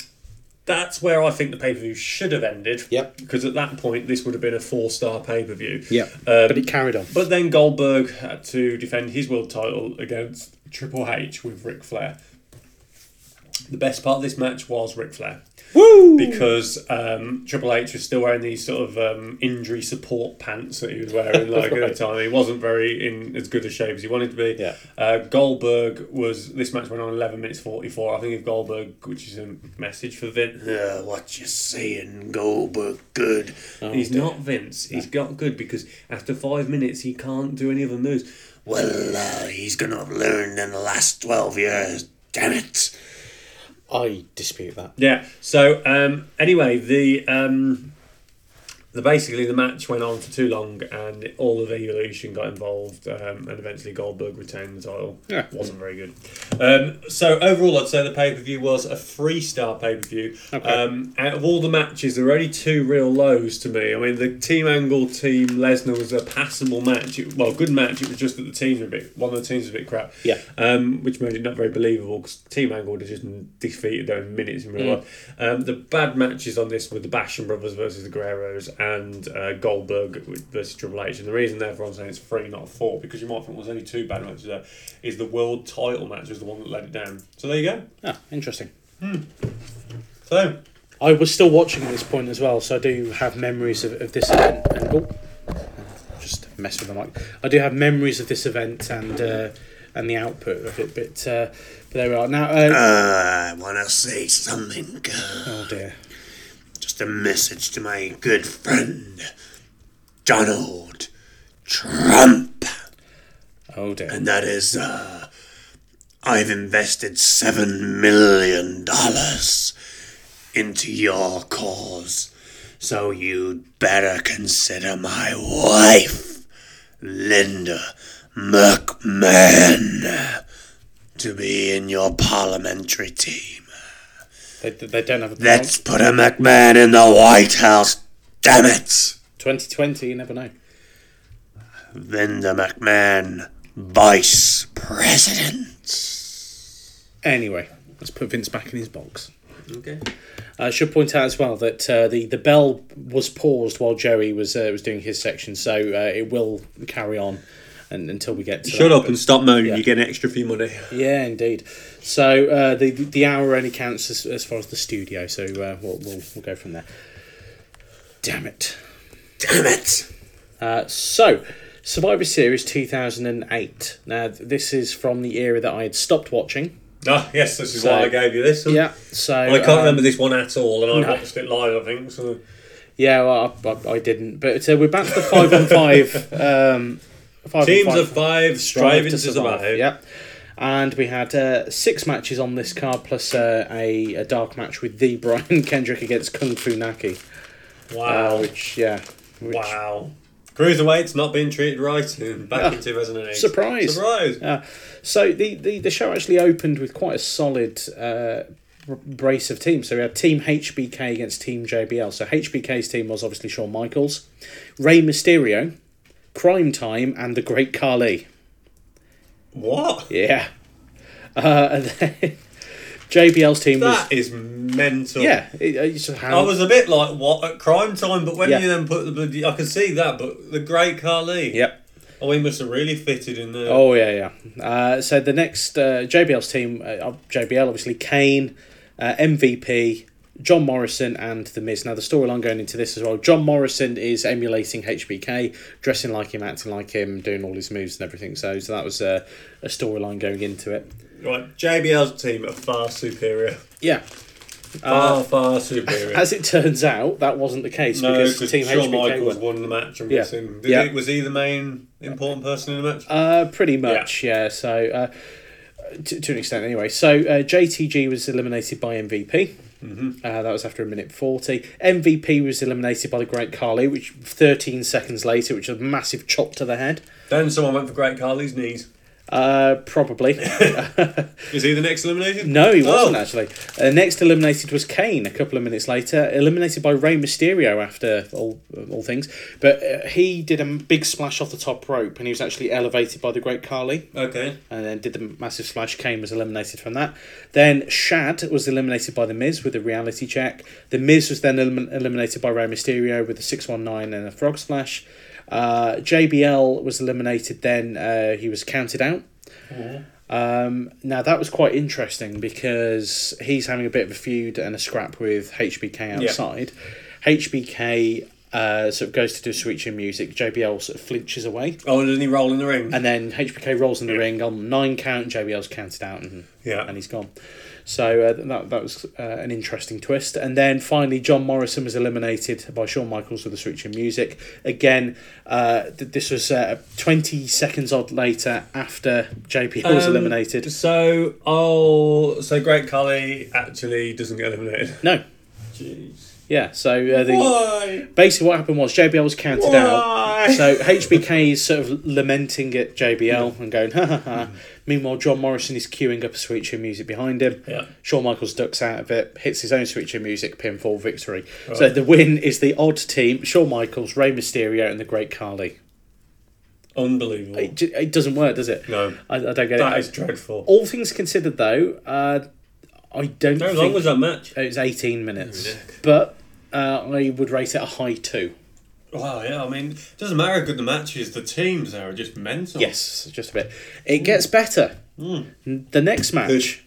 Speaker 9: that's where I think the pay per view should have ended.
Speaker 3: Yep.
Speaker 9: Because at that point, this would have been a four star pay per view.
Speaker 3: Yeah,
Speaker 9: Um,
Speaker 3: but it carried on.
Speaker 9: but then Goldberg had to defend his world title against Triple H with Ric Flair. The best part of this match was Ric Flair. Woo! Because um, Triple H was still wearing these sort of um, injury support pants that he was wearing like at the
Speaker 3: Right.
Speaker 9: time. He wasn't very in as good a shape as he wanted to be.
Speaker 3: Yeah.
Speaker 9: Uh, Goldberg was this match went on eleven minutes forty four. I think if Goldberg, which is a message for Vince. Yeah, what you saying, Goldberg? Good.
Speaker 3: Oh,
Speaker 9: he's not Vince. He's got good because after five minutes he can't do any other moves. Well, uh, he's gonna have learned in the last twelve years. Damn it.
Speaker 3: I dispute that.
Speaker 9: Yeah. So um, anyway, the um, the basically the match went on for too long, and all of Evolution got involved, um, and eventually Goldberg retained the title.
Speaker 3: Yeah.
Speaker 9: wasn't very good. Um, so overall, I'd say the pay per view was a three star pay per view.
Speaker 3: Okay.
Speaker 9: Um, out of all the matches, there were only two real lows to me. I mean, the Team Angle Team Lesnar was a passable match. It, well, good match. It was just that the teams were a bit. One of the teams was a bit crap.
Speaker 3: Yeah.
Speaker 9: Um, which made it not very believable because Team Angle had just defeated them in minutes in real life. Um, the bad matches on this were the Basham brothers versus the Guerreros and uh, Goldberg versus Triple H. And the reason, therefore, I'm saying it's three, not four, because you might think well, there's only two bad matches there, is the world title match was the one that let it down. So there you go.
Speaker 3: Ah, interesting.
Speaker 9: So
Speaker 3: I was still watching at this point as well, so I do have memories of, of this event. And oh, just mess with the mic. I do have memories of this event and uh, and the output of it. But, uh, but there we are now.
Speaker 9: Ah.
Speaker 3: Uh,
Speaker 7: I want to say something. uh,
Speaker 3: oh dear.
Speaker 7: Just a message to my good friend, Donald Trump.
Speaker 3: Oh dear.
Speaker 7: And that is, uh, I've invested seven million dollars into your cause, so you'd better consider my wife, Linda McMahon, to be in your parliamentary team.
Speaker 3: They, they don't have a
Speaker 7: Let's put a McMahon in the White House, damn it!
Speaker 3: 2020. You never know.
Speaker 7: Linda McMahon, Vice President.
Speaker 3: Anyway, let's put Vince back in his box.
Speaker 9: okay.
Speaker 3: I should point out as well that uh, the the bell was paused while Joey was uh, was doing his section, so uh, it will carry on and until we get to
Speaker 2: Shut
Speaker 3: that,
Speaker 2: up
Speaker 3: but-
Speaker 2: and stop moaning.
Speaker 3: yeah.
Speaker 2: You get an extra few money.
Speaker 3: Yeah, indeed. So uh, the the hour only counts as, as far as the studio. So uh, we'll, we'll we'll go from there. Damn it.
Speaker 2: Damn it!
Speaker 3: Uh, so, Survivor Series 2008. Now, th- this is from the era that I had stopped watching.
Speaker 2: Ah, yes, this is
Speaker 3: So-
Speaker 2: why I gave you this. one.
Speaker 3: Yeah, so.
Speaker 2: I can't
Speaker 3: um,
Speaker 2: remember this one at all, and I
Speaker 3: no.
Speaker 2: watched it live. I think so.
Speaker 3: Yeah, well, I, I, I didn't. But uh, we're back to the 5 on 5. Um, five on
Speaker 2: Teams
Speaker 3: five.
Speaker 2: of five striving to survive.
Speaker 3: Yep. And we had uh, six matches on this card, plus uh, a, a dark match with the Brian Kendrick against Kung Fu Naki. Uh,
Speaker 2: Wow.
Speaker 3: Which, yeah. Which,
Speaker 2: wow. Cruiserweight's not being treated right in back in 2008.
Speaker 3: Surprise.
Speaker 2: Surprise.
Speaker 3: Uh, so the, the, the show actually opened with quite a solid uh, br- brace of teams. So we had Team HBK against Team JBL. So HBK's team was obviously Shawn Michaels, Rey Mysterio, Crime Time, and the Great Khali.
Speaker 2: What?
Speaker 3: Yeah. Uh, and then JBL's team
Speaker 2: That
Speaker 3: was.
Speaker 2: is mental.
Speaker 3: Yeah, it, it's just how-
Speaker 2: I was a bit like what at crime time, but when
Speaker 3: Yeah.
Speaker 2: you then put the bloody, I could see that, but the great Carly.
Speaker 3: Yep.
Speaker 2: Oh, he must have really fitted in there.
Speaker 3: Oh yeah, yeah. Uh, so the next uh, JBL's team, uh, uh, JBL obviously Kane, uh, MVP, John Morrison, and the Miz. Now the storyline going into this as well. John Morrison is emulating HBK, dressing like him, acting like him, doing all his moves and everything. So, so that was uh, a storyline going into it.
Speaker 2: Right, JBL's team are far superior.
Speaker 3: Yeah.
Speaker 2: Far,
Speaker 3: Uh,
Speaker 2: far superior.
Speaker 3: As it turns out, that wasn't the case
Speaker 2: no,
Speaker 3: because
Speaker 2: because
Speaker 3: Team
Speaker 2: Shawn
Speaker 3: HBK
Speaker 2: Michaels
Speaker 3: won.
Speaker 2: won the match. I'm
Speaker 3: Yeah.
Speaker 2: guessing. Did
Speaker 3: Yeah.
Speaker 2: he- was he the main important person in the match?
Speaker 3: Uh, pretty much, yeah. So, uh, to, to an extent, anyway. So, uh, JTG was eliminated by MVP. Mm-hmm. Uh, that was after a minute 40. MVP was eliminated by the Great Carly, which 13 seconds later, which was a massive chop to the head.
Speaker 2: then someone went for Great Carly's knees.
Speaker 3: Uh, probably.
Speaker 2: Is he the next eliminated?
Speaker 3: no, he wasn't,
Speaker 2: Oh.
Speaker 3: actually. Uh, next eliminated was Kane a couple of minutes later, eliminated by Rey Mysterio after all, all things. But uh, he did a big splash off the top rope, and he was actually elevated by the Great Carly.
Speaker 2: Okay.
Speaker 3: and then did the massive splash. Kane was eliminated from that. Then Shad was eliminated by The Miz with a reality check. The Miz was then elim- eliminated by Rey Mysterio with a 619 and a frog splash. Uh, JBL was eliminated then, uh, he was counted out. Um, now that was quite interesting because he's having a bit of a feud and a scrap with HBK outside. HBK uh, sort of goes to do a switch in music. JBL sort of flinches away.
Speaker 2: Oh, and doesn't he roll in the ring?
Speaker 3: And then HBK rolls in the ring on nine count. JBL's counted out, and
Speaker 2: Yeah.
Speaker 3: and he's gone. So uh, that that was uh, an interesting twist. And then finally, John Morrison was eliminated by Shawn Michaels with a switch in music. Again, uh, th- this was uh, twenty seconds odd later after JBL was
Speaker 2: Um,
Speaker 3: eliminated.
Speaker 2: So, oh, so Great Carly actually doesn't get eliminated.
Speaker 3: No,
Speaker 2: Jeez.
Speaker 3: yeah. So uh, the
Speaker 2: Why?
Speaker 3: basically what happened was JBL was counted
Speaker 2: Why?
Speaker 3: out. So HBK is sort of lamenting at JBL and going, ha ha ha. Meanwhile, John Morrison is queuing up a switch in music behind him.
Speaker 2: Yeah.
Speaker 3: Shawn Michaels ducks out of it, hits his own switch in music, pinfall victory. So the win is the odd team, Shawn Michaels, Rey Mysterio, and the Great Carly.
Speaker 2: Unbelievable.
Speaker 3: It, j- it doesn't work, does it?
Speaker 2: No.
Speaker 3: I, I don't get
Speaker 2: That
Speaker 3: it.
Speaker 2: is dreadful.
Speaker 3: All things considered, though, uh, I don't
Speaker 2: How
Speaker 3: think...
Speaker 2: long was that match?
Speaker 3: It was 18 minutes. But uh, I would rate it a high two.
Speaker 2: Wow, yeah, I mean, it doesn't matter how good the match is, the teams there are just mental.
Speaker 3: Yes, just a bit. It gets better.
Speaker 2: Hmm.
Speaker 3: The next match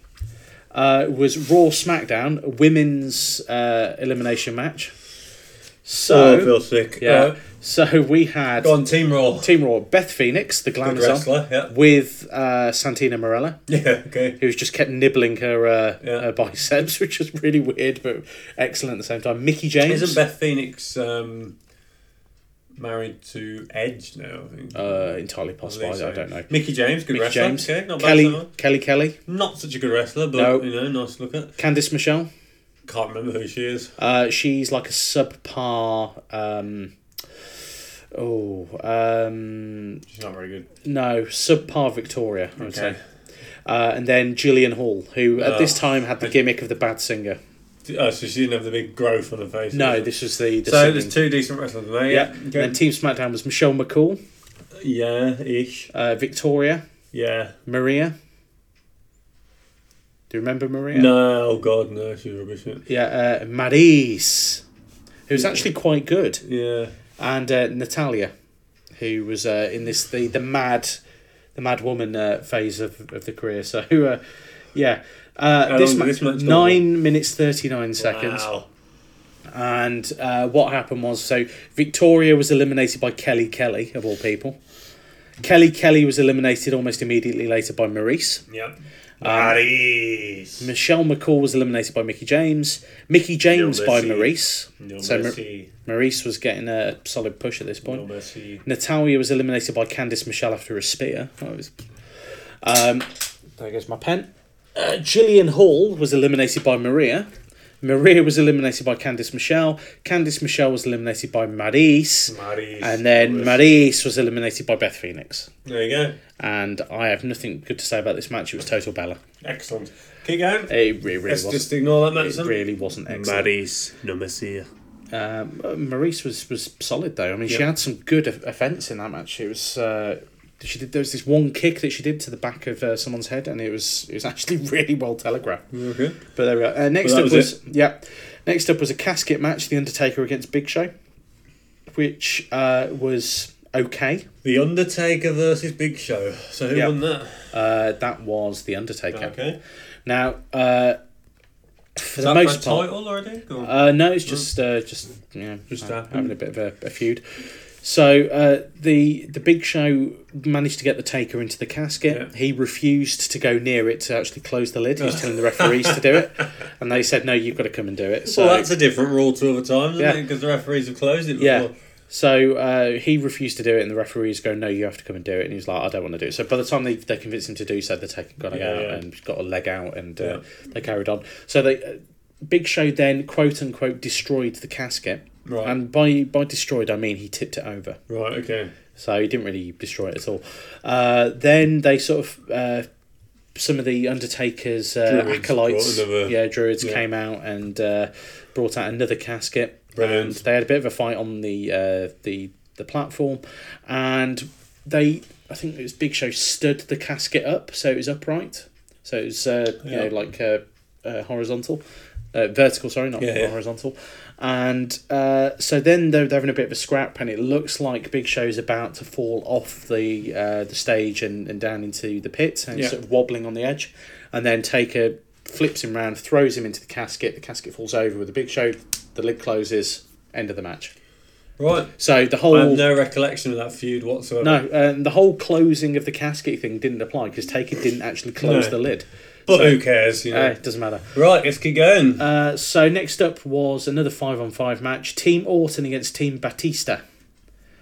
Speaker 3: uh, was Raw SmackDown a women's uh, elimination match.
Speaker 2: Oh, I
Speaker 3: So
Speaker 2: feel sick.
Speaker 3: yeah,
Speaker 2: Uh,
Speaker 3: so we had
Speaker 2: go on, Team Raw.
Speaker 3: Team Raw, Beth Phoenix, the
Speaker 2: wrestler,
Speaker 3: glamazon,
Speaker 2: yeah.
Speaker 3: with uh, Santina Morella,
Speaker 2: Yeah, okay.
Speaker 3: who's just kept nibbling her, uh,
Speaker 2: Yeah.
Speaker 3: her biceps, which was really weird but excellent at the same time. Mickey James,
Speaker 2: Isn't Beth Phoenix um, married to Edge now? I think?
Speaker 3: uh, entirely
Speaker 2: I
Speaker 3: possible.
Speaker 2: believe so.
Speaker 3: I, I don't know.
Speaker 2: Mickey James, good
Speaker 3: Mickey
Speaker 2: wrestler.
Speaker 3: James,
Speaker 2: Okay, not bad so
Speaker 3: Kelly,
Speaker 2: far.
Speaker 3: Kelly Kelly,
Speaker 2: Not such a good wrestler, but,
Speaker 3: No.
Speaker 2: you know, nice look at.
Speaker 3: Candice Michelle.
Speaker 2: Can't remember who she is.
Speaker 3: Uh, she's like a subpar. Um, oh um,
Speaker 2: She's not very good.
Speaker 3: no, subpar Victoria. I would
Speaker 2: Okay.
Speaker 3: say. Uh, and then Gillian Hall, who at this
Speaker 2: Oh.
Speaker 3: time had the gimmick of the bad singer.
Speaker 2: Oh, so she didn't have the big growth on her face.
Speaker 3: No,
Speaker 2: did she?
Speaker 3: this was the. the
Speaker 2: So
Speaker 3: singing.
Speaker 2: there's two decent wrestlers there.
Speaker 3: Yeah.
Speaker 2: Yeah.
Speaker 3: And then Team SmackDown was Michelle McCool,
Speaker 2: yeah, ish.
Speaker 3: uh, Victoria,
Speaker 2: Yeah.
Speaker 3: Maria. Do you remember Maria?
Speaker 2: No, oh god, no, she's rubbish. isn't she?
Speaker 3: Yeah, uh, Maris, who's actually quite good,
Speaker 2: Yeah.
Speaker 3: and uh, Natalia, who was uh, in this the the mad, the mad woman uh, phase of, of the career. So, uh, yeah, uh,
Speaker 2: How
Speaker 3: this
Speaker 2: long did
Speaker 3: match
Speaker 2: this match go
Speaker 3: nine minutes thirty nine seconds.
Speaker 2: Wow.
Speaker 3: And uh, what happened was so Victoria was eliminated by Kelly Kelly, of all people. Kelly Kelly was eliminated almost immediately later by Maurice.
Speaker 2: Yep. Maris.
Speaker 3: Michelle McCall was eliminated by Mickey James. Mickey James
Speaker 2: No
Speaker 3: by
Speaker 2: mercy.
Speaker 3: Maurice.
Speaker 2: No
Speaker 3: so Ma-
Speaker 2: mercy.
Speaker 3: Maurice was getting a solid push at this point.
Speaker 2: No mercy.
Speaker 3: Natalia was eliminated by Candice Michelle after a spear. That was- um, there goes my pen. Uh, Gillian Hall was eliminated by Maria. Maria was eliminated by Candice Michelle. Candice Michelle was eliminated by Maris.
Speaker 2: Maris.
Speaker 3: And then
Speaker 2: Maris.
Speaker 3: Maris was eliminated by Beth Phoenix.
Speaker 2: There you go.
Speaker 3: And I have nothing good to say about this match. It was total bella.
Speaker 2: Excellent. Keep going.
Speaker 3: It re- really
Speaker 2: Let's
Speaker 3: wasn't.
Speaker 2: just ignore that match.
Speaker 3: it
Speaker 2: then.
Speaker 3: really wasn't excellent.
Speaker 2: Maris. No mercy.
Speaker 3: Um, uh, Maurice was was solid though. I mean, she
Speaker 2: Yeah.
Speaker 3: had some good o- offense in that match. It was uh, she did there was this one kick that she did to the back of uh, someone's head, and it was it was actually really well telegraphed.
Speaker 2: Okay.
Speaker 3: But there we are. Uh, next
Speaker 2: But that was
Speaker 3: up was, yeah, next up was a casket match: The Undertaker against Big Show, which uh, was okay.
Speaker 2: The Undertaker versus Big Show. So who
Speaker 3: Yeah.
Speaker 2: won that?
Speaker 3: Uh, that was The Undertaker.
Speaker 2: Okay.
Speaker 3: Now, uh, for
Speaker 2: Is that
Speaker 3: the most
Speaker 2: for a
Speaker 3: part,
Speaker 2: title already? Go on.
Speaker 3: Uh, no, it's just uh, just you know
Speaker 2: Just
Speaker 3: ha-
Speaker 2: happened.
Speaker 3: having a bit of a, a feud. So uh, the the big show managed to get the taker into the casket.
Speaker 2: Yeah.
Speaker 3: He refused to go near it to actually close the lid. He was telling the referees to do it, and they said, "No, you've got to come and do it." So
Speaker 2: well, that's a different rule to other times, isn't
Speaker 3: Yeah.
Speaker 2: it? Because the referees have closed it before.
Speaker 3: yeah. So uh, he refused to do it, and the referees go, "No, you have to come and do it." And he was like, "I don't want to do it." So by the time they, they convinced him to do so, the taker got
Speaker 2: Yeah,
Speaker 3: out
Speaker 2: yeah.
Speaker 3: and got a leg out, and uh,
Speaker 2: Yeah.
Speaker 3: they carried on. So they, uh, Big Show then quote unquote destroyed the casket,
Speaker 2: Right.
Speaker 3: and by by destroyed I mean he tipped it over.
Speaker 2: Right, okay.
Speaker 3: So he didn't really destroy it at all. Uh, then they sort of uh, some of the Undertaker's uh,
Speaker 2: Druids
Speaker 3: acolytes,
Speaker 2: brought another-
Speaker 3: yeah, druids
Speaker 2: yeah.
Speaker 3: came out and uh, brought out another casket.
Speaker 2: Brilliant.
Speaker 3: And they had a bit of a fight on the uh, the the platform, and they I think it was Big Show stood the casket up so it was upright, so it was uh, you
Speaker 2: Yeah.
Speaker 3: know like uh, uh, horizontal, uh, vertical. Sorry, not
Speaker 2: Yeah, yeah.
Speaker 3: horizontal. And uh, so then they're, they're having a bit of a scrap, and it looks like Big Show's about to fall off the uh, the stage and, and down into the pit, and he's
Speaker 2: Yeah.
Speaker 3: sort of wobbling on the edge. And then Taker flips him round, throws him into the casket. The casket falls over with the Big Show. The lid closes. End of the match.
Speaker 2: Right.
Speaker 3: So the whole
Speaker 2: I have no recollection of that feud whatsoever.
Speaker 3: no, um, the whole closing of the casket thing didn't apply because Taker didn't actually close
Speaker 2: No.
Speaker 3: the lid.
Speaker 2: But
Speaker 3: So-
Speaker 2: who cares, you
Speaker 3: Uh,
Speaker 2: know?
Speaker 3: it doesn't matter.
Speaker 2: right, let's keep going.
Speaker 3: Uh, so next up was another five on five match: Team Orton against Team Batista.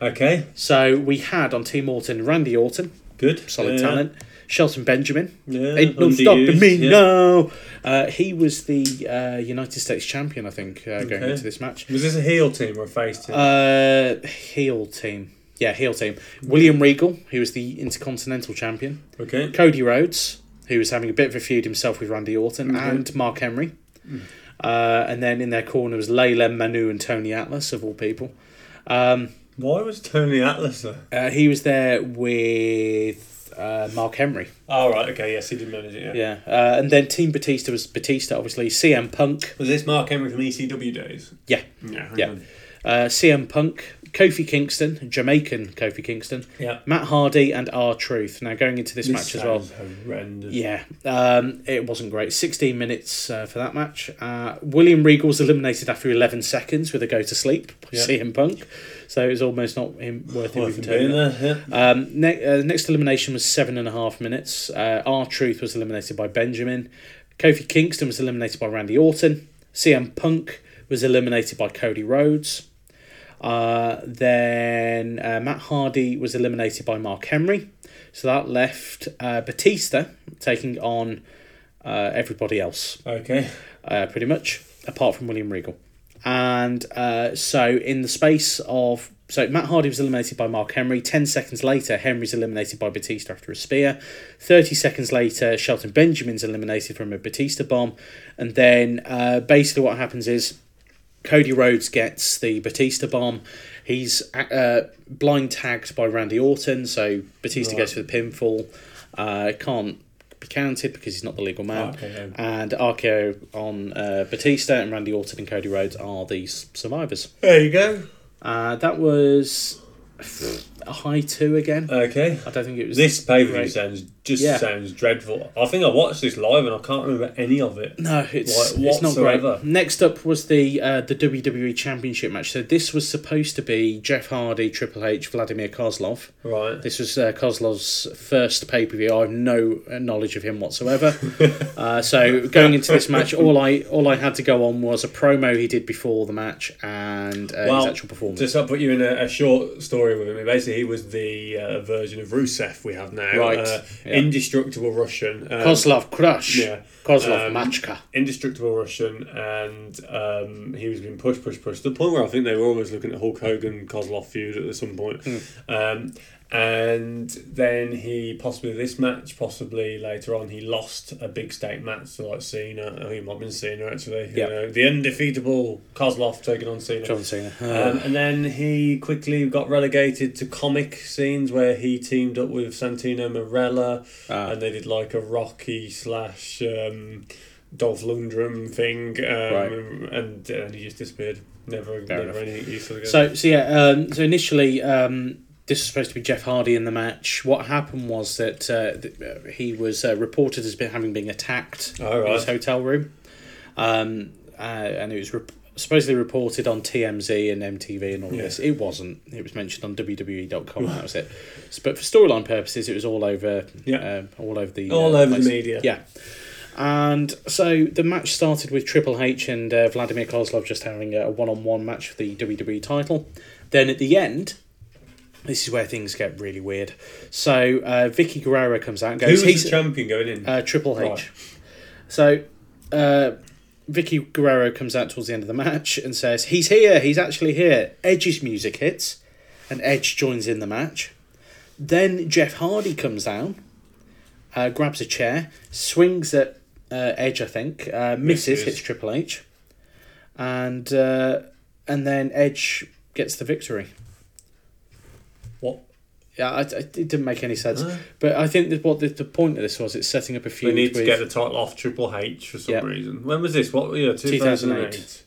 Speaker 2: okay,
Speaker 3: So we had on Team Orton Randy Orton,
Speaker 2: good.
Speaker 3: solid
Speaker 2: Yeah.
Speaker 3: talent. Shelton Benjamin,
Speaker 2: Yeah,
Speaker 3: ain't no stopping
Speaker 2: underused,
Speaker 3: me
Speaker 2: yeah.
Speaker 3: no. Uh, he was the uh, United States champion, I think, uh, going
Speaker 2: Okay.
Speaker 3: into this match.
Speaker 2: Was this a heel team or a face team?
Speaker 3: Uh, heel team, yeah, heel team. William Regal, who was the Intercontinental champion.
Speaker 2: okay.
Speaker 3: Cody Rhodes, who was having a bit of a feud himself with Randy Orton, and Mark Henry. Uh, and then in their corner was Layla Manu and Tony Atlas, of all people. Um,
Speaker 2: Why was Tony Atlas there?
Speaker 3: uh, he was there with uh, Mark Henry.
Speaker 2: Oh, right, okay, yes, he did manage it, yeah.
Speaker 3: Yeah. Uh, and then Team Batista was Batista, obviously. CM Punk.
Speaker 2: Was this Mark Henry from ECW days?
Speaker 3: Yeah.
Speaker 2: Yeah.
Speaker 3: Yeah. Uh, CM Punk, Kofi Kingston, Jamaican Kofi Kingston,
Speaker 2: Yeah.
Speaker 3: Matt Hardy, and R Truth. Now, going into this,
Speaker 2: This
Speaker 3: match as well,
Speaker 2: sounds Horrendous.
Speaker 3: Yeah, um, it wasn't great. 16 minutes uh, for that match. Uh, William Regal was eliminated after 11 seconds with a go to sleep by
Speaker 2: Yeah.
Speaker 3: CM Punk. So it was almost not him, worth him
Speaker 2: Worth him
Speaker 3: even turning
Speaker 2: being
Speaker 3: up.
Speaker 2: there, yeah.
Speaker 3: Um, ne- uh, next elimination was seven and a half minutes. Uh, R Truth was eliminated by Benjamin. Kofi Kingston was eliminated by Randy Orton. CM Punk was eliminated by Cody Rhodes. Uh, then uh, Matt Hardy was eliminated by Mark Henry. So that left uh, Batista taking on uh, everybody else
Speaker 2: Okay.
Speaker 3: uh, pretty much, apart from William Regal. And uh, so, in the space of. So, Matt Hardy was eliminated by Mark Henry. 10 seconds later, Henry's eliminated by Batista after a spear. 30 seconds later, Shelton Benjamin's eliminated from a Batista bomb. And then, uh, basically, what happens is Cody Rhodes gets the Batista bomb. He's uh, blind tagged by Randy Orton, so Batista goes for the pinfall. Uh, can't be counted because he's not the legal man.
Speaker 2: RKO.
Speaker 3: And RKO on uh, Batista and Randy Orton and Cody Rhodes are the s- survivors.
Speaker 2: There you go.
Speaker 3: Uh, that was a high two again.
Speaker 2: Okay.
Speaker 3: I don't think it was
Speaker 2: This pay per view
Speaker 3: great.
Speaker 2: sounds just
Speaker 3: Yeah.
Speaker 2: sounds dreadful. I think I watched this live and I can't remember any of it.
Speaker 3: No, it's
Speaker 2: Like,
Speaker 3: it's not
Speaker 2: whatsoever.
Speaker 3: great. Mm. Next up was the uh, the WWE Championship match. So this was supposed to be Jeff Hardy, Triple H, Vladimir Kozlov.
Speaker 2: Right.
Speaker 3: This was uh, Kozlov's first pay per view. I have no uh, knowledge of him whatsoever. uh, so going into this match, all I all I had to go on was a promo he did before the match and uh, his actual performance.
Speaker 2: Just to put you in a, a short story with him, basically he was the uh, version of Rusev we have now.
Speaker 3: Right,
Speaker 2: Uh,
Speaker 3: yeah.
Speaker 2: Indestructible Russian. Um,
Speaker 3: Kozlov crush.
Speaker 2: Yeah.
Speaker 3: Kozlov
Speaker 2: Um,
Speaker 3: matchka.
Speaker 2: Indestructible Russian, and um, he was being pushed, pushed, pushed to the point where I think they were almost looking at Hulk Hogan Kozlov feud at some point. Um, and then he possibly this match, possibly later on, he lost a big stake match to like Cena. Oh, he might have been Cena actually. You
Speaker 3: Yep.
Speaker 2: know, the undefeatable Kozlov taking on Cena.
Speaker 3: John Cena. Uh,
Speaker 2: Um, and then he quickly got relegated to comic scenes where he teamed up with Santino Marella
Speaker 3: Ah.
Speaker 2: and they did like a Rocky slash um, Dolph Lundgren thing. Um,
Speaker 3: Right.
Speaker 2: And, uh, and he just disappeared. Never,
Speaker 3: enough.
Speaker 2: never anything useful again.
Speaker 3: So so yeah, um, so initially um, this was supposed to be Jeff Hardy in the match. What happened was that uh, th- uh, he was uh, reported as been, having been attacked
Speaker 2: Oh,
Speaker 3: in his
Speaker 2: right.
Speaker 3: hotel room, um, uh, and it was rep- supposedly reported on TMZ and MTV and all this. It wasn't. It was mentioned on WWE.com. and that was it. S- But for storyline purposes, it was all over.
Speaker 2: Yeah.
Speaker 3: um, all over the.
Speaker 2: All over the
Speaker 3: place.
Speaker 2: media.
Speaker 3: Yeah. And so the match started with Triple H and uh, Vladimir Kozlov just having a one on one match for the WWE title. Then at the end, this is where things get really weird. So uh, Vicky Guerrero comes out and
Speaker 2: Who
Speaker 3: goes,
Speaker 2: was
Speaker 3: he's
Speaker 2: the champion going in?
Speaker 3: uh, Triple H.
Speaker 2: Right.
Speaker 3: So uh, Vicky Guerrero comes out towards the end of the match and says, He's here, he's actually here. Edge's music hits, and Edge joins in the match. Then Jeff Hardy comes down, uh, grabs a chair, swings at uh, Edge, I think, uh, misses,
Speaker 2: Misses.
Speaker 3: hits Triple H, and uh, and then Edge gets the victory.
Speaker 2: what?
Speaker 3: Yeah, I, I- it didn't make any sense. But I think that what the, the point of this was, it's setting up a feud
Speaker 2: We need
Speaker 3: with
Speaker 2: to get the title off Triple H for some
Speaker 3: Yeah.
Speaker 2: reason. When was this? What year? 2008.
Speaker 3: 2008.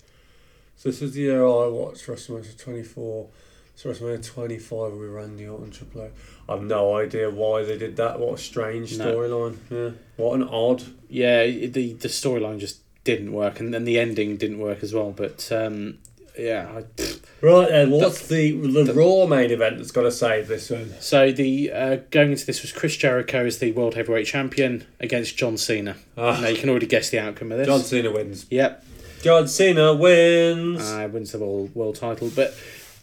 Speaker 2: So this is the year I watched WrestleMania 24. So WrestleMania 25 with Randy Orton, Triple H. I've no idea why they did that. What a strange
Speaker 3: No.
Speaker 2: storyline. Yeah. What an odd.
Speaker 3: yeah, the the storyline just didn't work, and then the ending didn't work as well. But um, yeah, I,
Speaker 2: Right then, what's the, the, Raw main event that's got to save this one?
Speaker 3: so the uh, going into this was Chris Jericho as the world heavyweight champion against John Cena.
Speaker 2: Ah.
Speaker 3: Now you can already guess the outcome of this.
Speaker 2: John Cena wins.
Speaker 3: Yep,
Speaker 2: John Cena wins.
Speaker 3: uh, wins the world world title, but.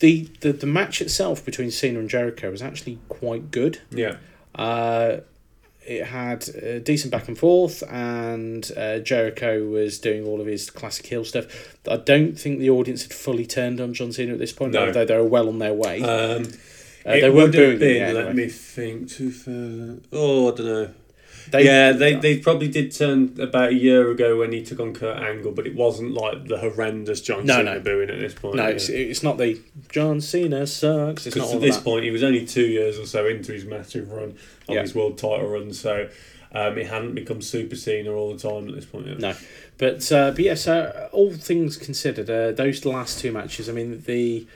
Speaker 3: The, the, the match itself between Cena and Jericho was actually quite good.
Speaker 2: yeah.
Speaker 3: Uh, it had a decent back and forth, and uh, Jericho was doing all of his classic heel stuff. I don't think the audience had fully turned on John Cena at this point,
Speaker 2: No.
Speaker 3: although they were well on their way.
Speaker 2: Um,
Speaker 3: Uh,
Speaker 2: it
Speaker 3: they were
Speaker 2: would
Speaker 3: doing
Speaker 2: have
Speaker 3: it,
Speaker 2: been,
Speaker 3: yeah,
Speaker 2: let
Speaker 3: anyway.
Speaker 2: me think, 2000. Oh, I don't know.
Speaker 3: They-
Speaker 2: yeah, they, they probably did turn about a year ago when he took on Kurt Angle, but it wasn't like the horrendous John
Speaker 3: No,
Speaker 2: Cena
Speaker 3: no.
Speaker 2: booing at this point.
Speaker 3: no,
Speaker 2: yeah.
Speaker 3: it's, it's not the John Cena sucks. It's not
Speaker 2: Because
Speaker 3: all
Speaker 2: at this
Speaker 3: that.
Speaker 2: point, he was only two years or so into his massive run of
Speaker 3: Yeah.
Speaker 2: his world title run, so um, it hadn't become Super Cena all the time at this point. Yet.
Speaker 3: No, but uh, but yeah. So all things considered, uh, those last two matches. I mean the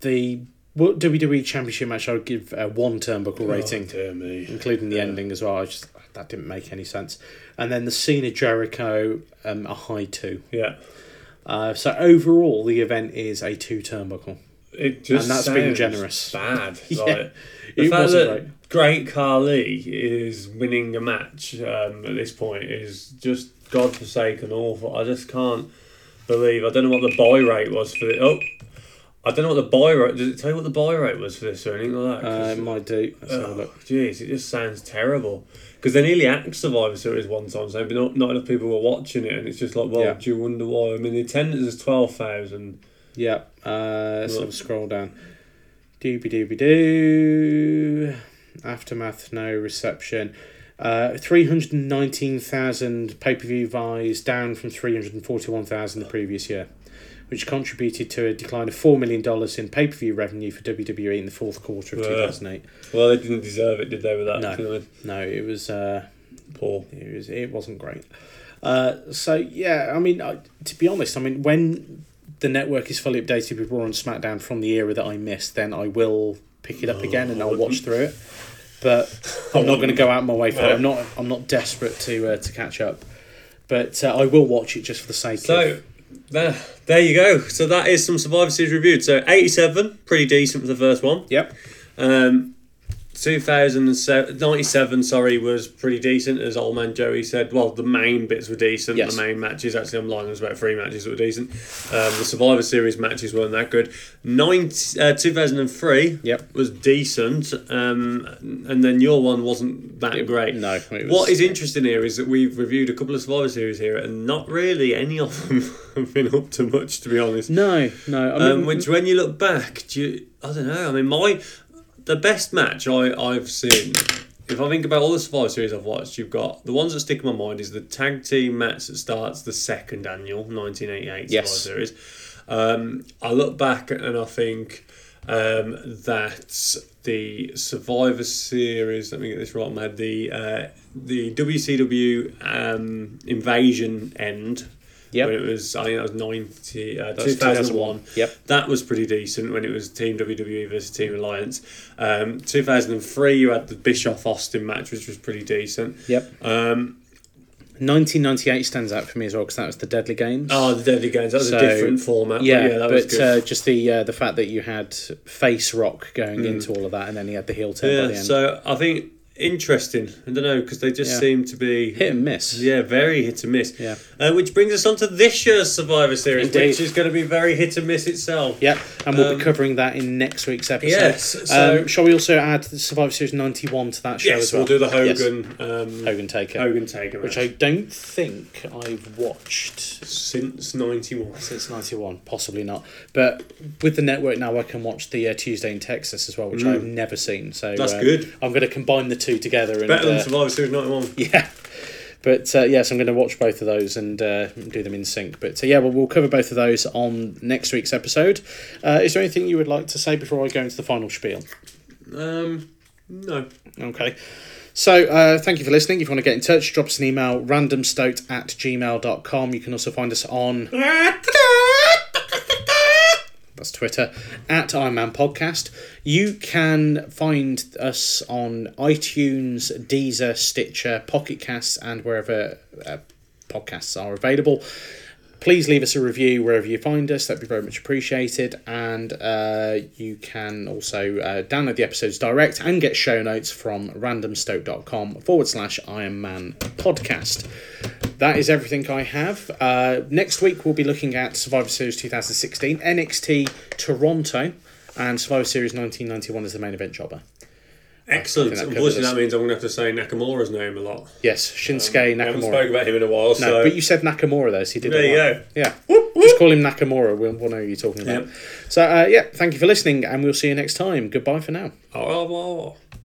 Speaker 3: the, the WWE Championship match. I would give uh, one
Speaker 2: Oh,
Speaker 3: turnbuckle rating.
Speaker 2: dear me.
Speaker 3: including the ending as well. I just that didn't make any sense. And then the Cena Jericho, um, a high two.
Speaker 2: Yeah,
Speaker 3: Uh, so overall, the event is a two turnbuckle.
Speaker 2: it just
Speaker 3: And that's
Speaker 2: sounds
Speaker 3: being generous.
Speaker 2: Bad.
Speaker 3: Yeah.
Speaker 2: Like, the
Speaker 3: It
Speaker 2: fact
Speaker 3: wasn't
Speaker 2: that great Carly is winning a match um, at this point is just godforsaken awful. I just can't believe. I don't know what the buy rate was for it. Oh, I don't know what the buy rate. Does it tell you what the buy rate was for this or anything like that?
Speaker 3: Uh,
Speaker 2: 'Cause-
Speaker 3: it might do. Let's have a
Speaker 2: Oh,
Speaker 3: look.
Speaker 2: Jeez, it just sounds terrible. Because they nearly hacked Survivor Series one time, so not, not enough people were watching it, and it's just like, well,
Speaker 3: Yeah.
Speaker 2: do you wonder why? I mean, the attendance is 12,000.
Speaker 3: Yeah. Uh, let's have a
Speaker 2: Look.
Speaker 3: scroll down. Dooby dooby doo. Aftermath, no reception. Uh, 319,000 pay per view buys, down from 341,000 the previous year, which contributed to a decline of $4 million in pay per view revenue for WWE in the fourth quarter of
Speaker 2: Yeah.
Speaker 3: 2008.
Speaker 2: Well, they didn't deserve it, did they, with that?
Speaker 3: No.
Speaker 2: to be honest?
Speaker 3: No, it was. Uh,
Speaker 2: Poor.
Speaker 3: it was it wasn't great. Uh, so yeah, I mean, I, to be honest, I mean when the network is fully updated with Raw and SmackDown from the era that I missed, then I will pick it up again and I'll watch through it. But I'm not going to go out my way for it. I'm not. I'm not desperate to uh, to catch up. But uh, I will watch it just for the sake
Speaker 2: So
Speaker 3: of.
Speaker 2: there, there you go. So that is some Survivor Series reviewed. So 87, pretty decent for the first one.
Speaker 3: Yep.
Speaker 2: Um, 2007, 97, sorry, was pretty decent, as old man Joey said. Well, the main bits were decent.
Speaker 3: Yes.
Speaker 2: The main matches, actually, I'm lying, there was about three matches that were decent. Um, the Survivor Series matches weren't that good. Nine, uh, 2003
Speaker 3: Yep.
Speaker 2: was decent, um, and then your one wasn't that great.
Speaker 3: no, it was-
Speaker 2: what is interesting here is that we've reviewed a couple of Survivor Series here, and not really any of them have been up to much, to be honest.
Speaker 3: No, no. I mean,
Speaker 2: Um, which, when you look back, do you, I don't know. I mean, my the best match I I've seen. If I think about all the Survivor Series I've watched, you've got the ones that stick in my mind is the tag team match that starts the second annual 1988
Speaker 3: Yes.
Speaker 2: Survivor Series. Um, I look back and I think um, that the Survivor Series. Let me get this right. in my head, the uh, the WCW um, Invasion end.
Speaker 3: Yep.
Speaker 2: When it was, I think that was 90, uh,
Speaker 3: was
Speaker 2: 2001.
Speaker 3: 2001. Yep.
Speaker 2: That was pretty decent when it was Team WWE versus Team Alliance. Um, 2003, you had the Bischoff Austin match, which was pretty decent.
Speaker 3: Yep.
Speaker 2: Um,
Speaker 3: 1998 stands out for me as well because that was the Deadly Games.
Speaker 2: oh, the Deadly Games, that was a
Speaker 3: So,
Speaker 2: different format.
Speaker 3: Yeah,
Speaker 2: but, yeah, that
Speaker 3: but
Speaker 2: was good. Mm.
Speaker 3: Uh, just the uh, the fact that you had face rock going into all of that, and then he had the heel turn by the
Speaker 2: yeah,
Speaker 3: end.
Speaker 2: so I think interesting. I don't know, because they just
Speaker 3: Yeah.
Speaker 2: seem to be.
Speaker 3: Hit and miss.
Speaker 2: Yeah, very hit and miss.
Speaker 3: Yeah.
Speaker 2: Uh, which brings us on to this year's Survivor Series,
Speaker 3: Indeed.
Speaker 2: which is going to be very hit and miss itself.
Speaker 3: Yep, and we'll
Speaker 2: Um,
Speaker 3: be covering that in next week's episode.
Speaker 2: Yes, so-
Speaker 3: um, shall we also add the Survivor Series 91 to that show
Speaker 2: Yes,
Speaker 3: as well?
Speaker 2: we'll do the
Speaker 3: Yes,
Speaker 2: Hogan. Um,
Speaker 3: Hogan Taker.
Speaker 2: Hogan Taker.
Speaker 3: Which I
Speaker 2: match.
Speaker 3: don't think I've watched
Speaker 2: since '91.
Speaker 3: since 91, possibly not. But with the network now, I can watch the uh, Tuesday in Texas as well, which I've never seen. So
Speaker 2: Mm. That's
Speaker 3: uh,
Speaker 2: good.
Speaker 3: I'm going to combine the two together. And,
Speaker 2: Better than
Speaker 3: uh,
Speaker 2: Survivor Series '91.
Speaker 3: Yeah. But uh, yes, I'm going to watch both of those and uh, do them in sync. But uh, yeah, well, we'll cover both of those on next week's episode. Uh, is there anything you would like to say before I go into the final spiel?
Speaker 2: Um, no.
Speaker 3: Okay. So, uh, thank you for listening. If you want to get in touch, drop us an email, randomstote at gmail.com. You can also find us on. That's Twitter, at Iron Man Podcast. You can find us on iTunes, Deezer, Stitcher, Pocket Casts, and wherever uh, podcasts are available. Please leave us a review wherever you find us. That'd be very much appreciated. And uh, you can also uh, download the episodes direct and get show notes from randomstoke.com forward slash Iron Man podcast. That is everything I have. Uh, next week, we'll be looking at Survivor Series 2016, NXT Toronto, and Survivor Series 1991 as the main event jobber.
Speaker 2: Excellent.
Speaker 3: that covers
Speaker 2: Unfortunately,
Speaker 3: us.
Speaker 2: that means I'm going to have to say Nakamura's name a lot. Um,
Speaker 3: Yes, Shinsuke
Speaker 2: We haven't
Speaker 3: Nakamura.
Speaker 2: spoke about him in a while,
Speaker 3: No,
Speaker 2: so
Speaker 3: but you said Nakamura though, so you did.
Speaker 2: There
Speaker 3: it
Speaker 2: you
Speaker 3: right.
Speaker 2: go.
Speaker 3: Yeah, just call him Nakamura. We'll, we'll know who you're talking about.
Speaker 2: Yep.
Speaker 3: So uh, yeah, thank you for listening, and we'll see you next time. Goodbye for now.
Speaker 2: Oh, oh, oh.